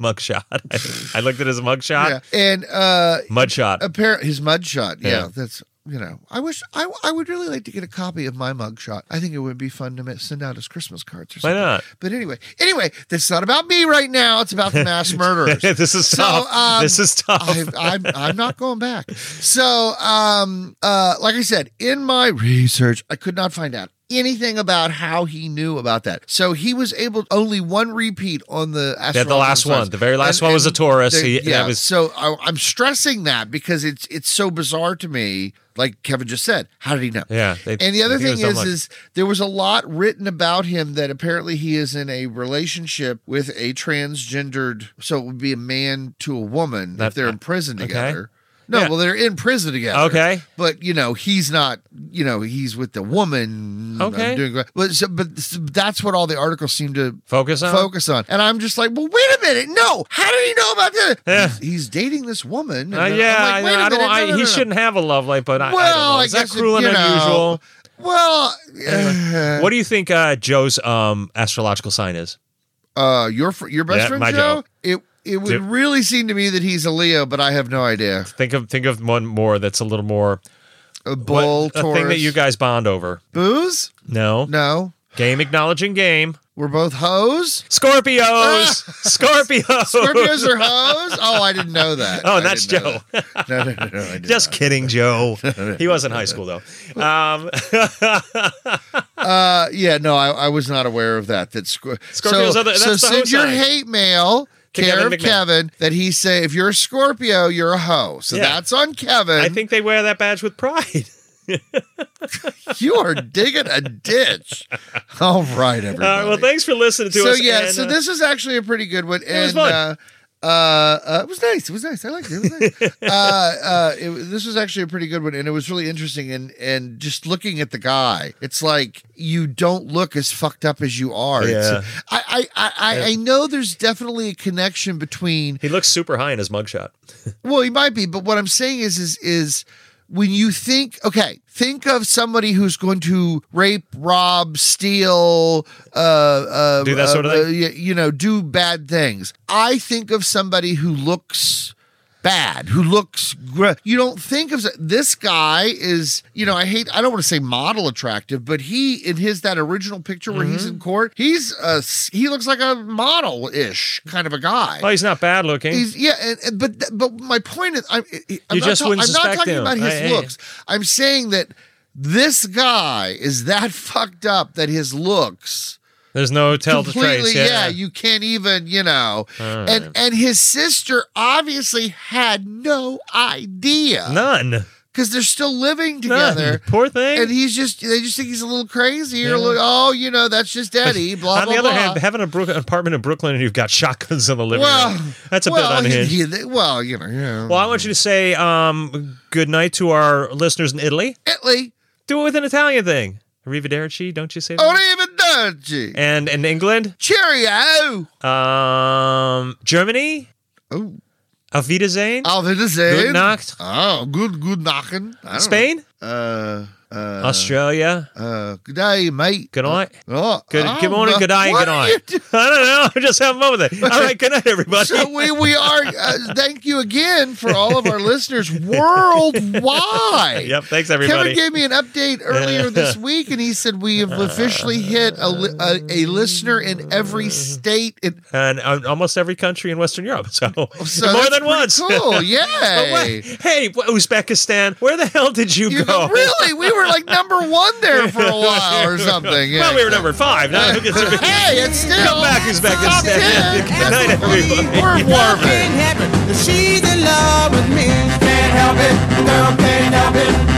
Speaker 2: mugshot. I looked at his mugshot.
Speaker 1: yeah. And uh,
Speaker 2: Mugshot.
Speaker 1: Apparent his mud shot. Yeah,
Speaker 2: Yeah.
Speaker 1: that's you know. I wish I I would really like to get a copy of my mug shot. I think it would be fun to ma- send out as Christmas cards or
Speaker 2: Why
Speaker 1: something.
Speaker 2: not?
Speaker 1: But anyway, anyway, that's not about me right now. It's about the mass murderers.
Speaker 2: This is tough. This is tough.
Speaker 1: um, I, I'm I'm not going back. So um uh like I said in my research, I could not find out. Anything about how he knew about that? So he was able only one repeat on the
Speaker 2: Yeah, the last
Speaker 1: astrological
Speaker 2: one.
Speaker 1: signs.
Speaker 2: The very last
Speaker 1: And-
Speaker 2: one was a
Speaker 1: and
Speaker 2: Taurus.
Speaker 1: there-
Speaker 2: He-
Speaker 1: yeah,
Speaker 2: that was-
Speaker 1: so I, I'm stressing that because it's it's so bizarre to me. Like Kevin just said, how did he know?
Speaker 2: Yeah, they-
Speaker 1: and the other
Speaker 2: I think it
Speaker 1: thing
Speaker 2: was dumb
Speaker 1: is,
Speaker 2: luck.
Speaker 1: is there was a lot written about him that apparently he is in a relationship with a transgendered. So it would be a man to a woman if
Speaker 2: That-
Speaker 1: they're in prison
Speaker 2: okay.
Speaker 1: together. No,
Speaker 2: Yeah.
Speaker 1: well they're in prison together.
Speaker 2: Okay.
Speaker 1: but you know he's not. You know he's with the woman. I'm
Speaker 2: Okay.
Speaker 1: doing great. But, so, but so that's what all the articles seem to
Speaker 2: Focus on.
Speaker 1: focus on. And I'm just like, well, wait a minute. No, how did he know about this? He's, he's dating this woman. And
Speaker 2: Uh,
Speaker 1: then I'm
Speaker 2: yeah,
Speaker 1: like, wait
Speaker 2: I,
Speaker 1: a
Speaker 2: I don't.
Speaker 1: minute, no,
Speaker 2: I,
Speaker 1: no, no,
Speaker 2: he
Speaker 1: no.
Speaker 2: shouldn't have a love life, but I, I don't
Speaker 1: Well,
Speaker 2: know.
Speaker 1: I
Speaker 2: Is that
Speaker 1: guess it-
Speaker 2: cruel and
Speaker 1: you know.
Speaker 2: unusual?
Speaker 1: Well,
Speaker 2: Anyway, what do you think uh, Joe's um, astrological sign is?
Speaker 1: uh, your fr- your best
Speaker 2: Yeah,
Speaker 1: friend
Speaker 2: my
Speaker 1: Joe.
Speaker 2: Joe.
Speaker 1: It it would
Speaker 2: Yep.
Speaker 1: really seem to me that he's a Leo, but I have no idea.
Speaker 2: Think of think of one more that's a little more
Speaker 1: A bull,
Speaker 2: a thing that you guys bond over.
Speaker 1: booze?
Speaker 2: No,
Speaker 1: No,
Speaker 2: game acknowledging game.
Speaker 1: we're both hoes.
Speaker 2: Scorpios,
Speaker 1: Ah!
Speaker 2: Scorpios,
Speaker 1: Scorpios are hoes. Oh, I didn't know that.
Speaker 2: Oh,
Speaker 1: I
Speaker 2: and that's
Speaker 1: didn't know
Speaker 2: Joe.
Speaker 1: that. No, no, no, no, I didn't.
Speaker 2: Just kidding, Joe. He was in high school though. Um,
Speaker 1: Uh, yeah, no, I, I was not aware of that. That squ-
Speaker 2: Scorpio's
Speaker 1: so,
Speaker 2: other-
Speaker 1: so
Speaker 2: that's the
Speaker 1: send
Speaker 2: hoe
Speaker 1: your
Speaker 2: sign.
Speaker 1: hate mail.
Speaker 2: To
Speaker 1: care of
Speaker 2: Kevin McMahon.
Speaker 1: Kevin that he say if you're a Scorpio you're a hoe so
Speaker 2: Yeah.
Speaker 1: that's on Kevin
Speaker 2: I think they wear that badge with pride.
Speaker 1: you are digging a ditch all right
Speaker 2: All right,
Speaker 1: everybody
Speaker 2: Uh, well, thanks for listening to
Speaker 1: so
Speaker 2: us.
Speaker 1: yeah
Speaker 2: and,
Speaker 1: so
Speaker 2: uh,
Speaker 1: this is actually a pretty good one and
Speaker 2: was fun.
Speaker 1: Uh, uh, uh, it was nice. It was nice. I liked it. It was nice. uh, uh, it, this was actually a pretty good one, and it was really interesting. And and just looking at the guy, it's like you don't look as fucked up as you are. It's-
Speaker 2: Yeah.
Speaker 1: I I, I, I I know there's definitely a connection between.
Speaker 2: he looks super high in his mugshot.
Speaker 1: Well, he might be, but what I'm saying is is is when you think okay think of somebody who's going to rape rob steal uh, uh
Speaker 2: Do that sort of
Speaker 1: uh,
Speaker 2: thing?
Speaker 1: uh, y- you know do bad things i think of somebody who looks bad who looks gr- you don't think of s- this guy is you know i hate i don't want to say model attractive but he in his that original picture where
Speaker 2: Mm-hmm.
Speaker 1: he's in court he's uh s- he looks like a model-ish kind of a guy
Speaker 2: Oh, he's not bad looking.
Speaker 1: He's, yeah, and, and- but th- but my point is, I'm, I'm
Speaker 2: You
Speaker 1: not,
Speaker 2: just
Speaker 1: ta-
Speaker 2: wouldn't
Speaker 1: I'm not
Speaker 2: suspect
Speaker 1: talking
Speaker 2: him.
Speaker 1: about his
Speaker 2: I- I-
Speaker 1: looks. I'm saying that this guy is that fucked up that his looks
Speaker 2: There's no tell to
Speaker 1: completely.
Speaker 2: trace. Yeah.
Speaker 1: Yeah. you can't even you know.
Speaker 2: All
Speaker 1: And
Speaker 2: right.
Speaker 1: and his sister obviously had no idea
Speaker 2: none.
Speaker 1: because they're still living
Speaker 2: None.
Speaker 1: together.
Speaker 2: Poor thing.
Speaker 1: And he's just, they just think he's a little crazy. Or
Speaker 2: Yeah.
Speaker 1: look, oh, you know, that's just Eddie, blah,
Speaker 2: on
Speaker 1: blah,
Speaker 2: the other
Speaker 1: blah.
Speaker 2: hand, having a Brook- an apartment in Brooklyn and you've got shotguns in the living
Speaker 1: well,
Speaker 2: room, that's a
Speaker 1: well,
Speaker 2: bit unhinged.
Speaker 1: he- he- well, you know, yeah.
Speaker 2: well, I want you to say um, good night to our listeners in Italy.
Speaker 1: Italy,
Speaker 2: Do it with an Italian thing. Arrivederci, don't you say that?
Speaker 1: Arrivederci.
Speaker 2: And in England?
Speaker 1: Cheerio.
Speaker 2: Um, Germany?
Speaker 1: Oh.
Speaker 2: Auf Wiedersehen?
Speaker 1: Auf Wiedersehen.
Speaker 2: Good Nacht.
Speaker 1: Oh, good, good knocking. I don't
Speaker 2: Spain?
Speaker 1: know. Uh, uh,
Speaker 2: Australia?
Speaker 1: Uh, good day, mate.
Speaker 2: Good night.
Speaker 1: Oh,
Speaker 2: Good,
Speaker 1: I
Speaker 2: good
Speaker 1: don't
Speaker 2: morning,
Speaker 1: know.
Speaker 2: good night, and
Speaker 1: What
Speaker 2: good
Speaker 1: are
Speaker 2: night.
Speaker 1: you
Speaker 2: I don't know. I'm just having fun with it. All right, good night, everybody.
Speaker 1: So we, we are, uh, thank you again for all of our listeners worldwide.
Speaker 2: yep, thanks, everybody.
Speaker 1: Kevin gave me an update earlier this week, and he said we have officially hit a, li- a, a listener in every state. In,
Speaker 2: and uh, almost every country in Western Europe. So,
Speaker 1: Oh, so
Speaker 2: more
Speaker 1: that's
Speaker 2: than
Speaker 1: pretty
Speaker 2: once.
Speaker 1: Cool,
Speaker 2: But
Speaker 1: yay.
Speaker 2: wait, hey, Uzbekistan, where the hell did you,
Speaker 1: You
Speaker 2: go?
Speaker 1: go, really? We were like number one there for a while or something. Yeah.
Speaker 2: Well, we were number five. Now who gets to be-
Speaker 1: hey, it's still
Speaker 2: Come back, Uzbekistan.
Speaker 1: ten.
Speaker 2: Good night, everybody.
Speaker 1: We're warming.
Speaker 3: Can't help it, that she's in love with me. Can't help it, girl, can't help it.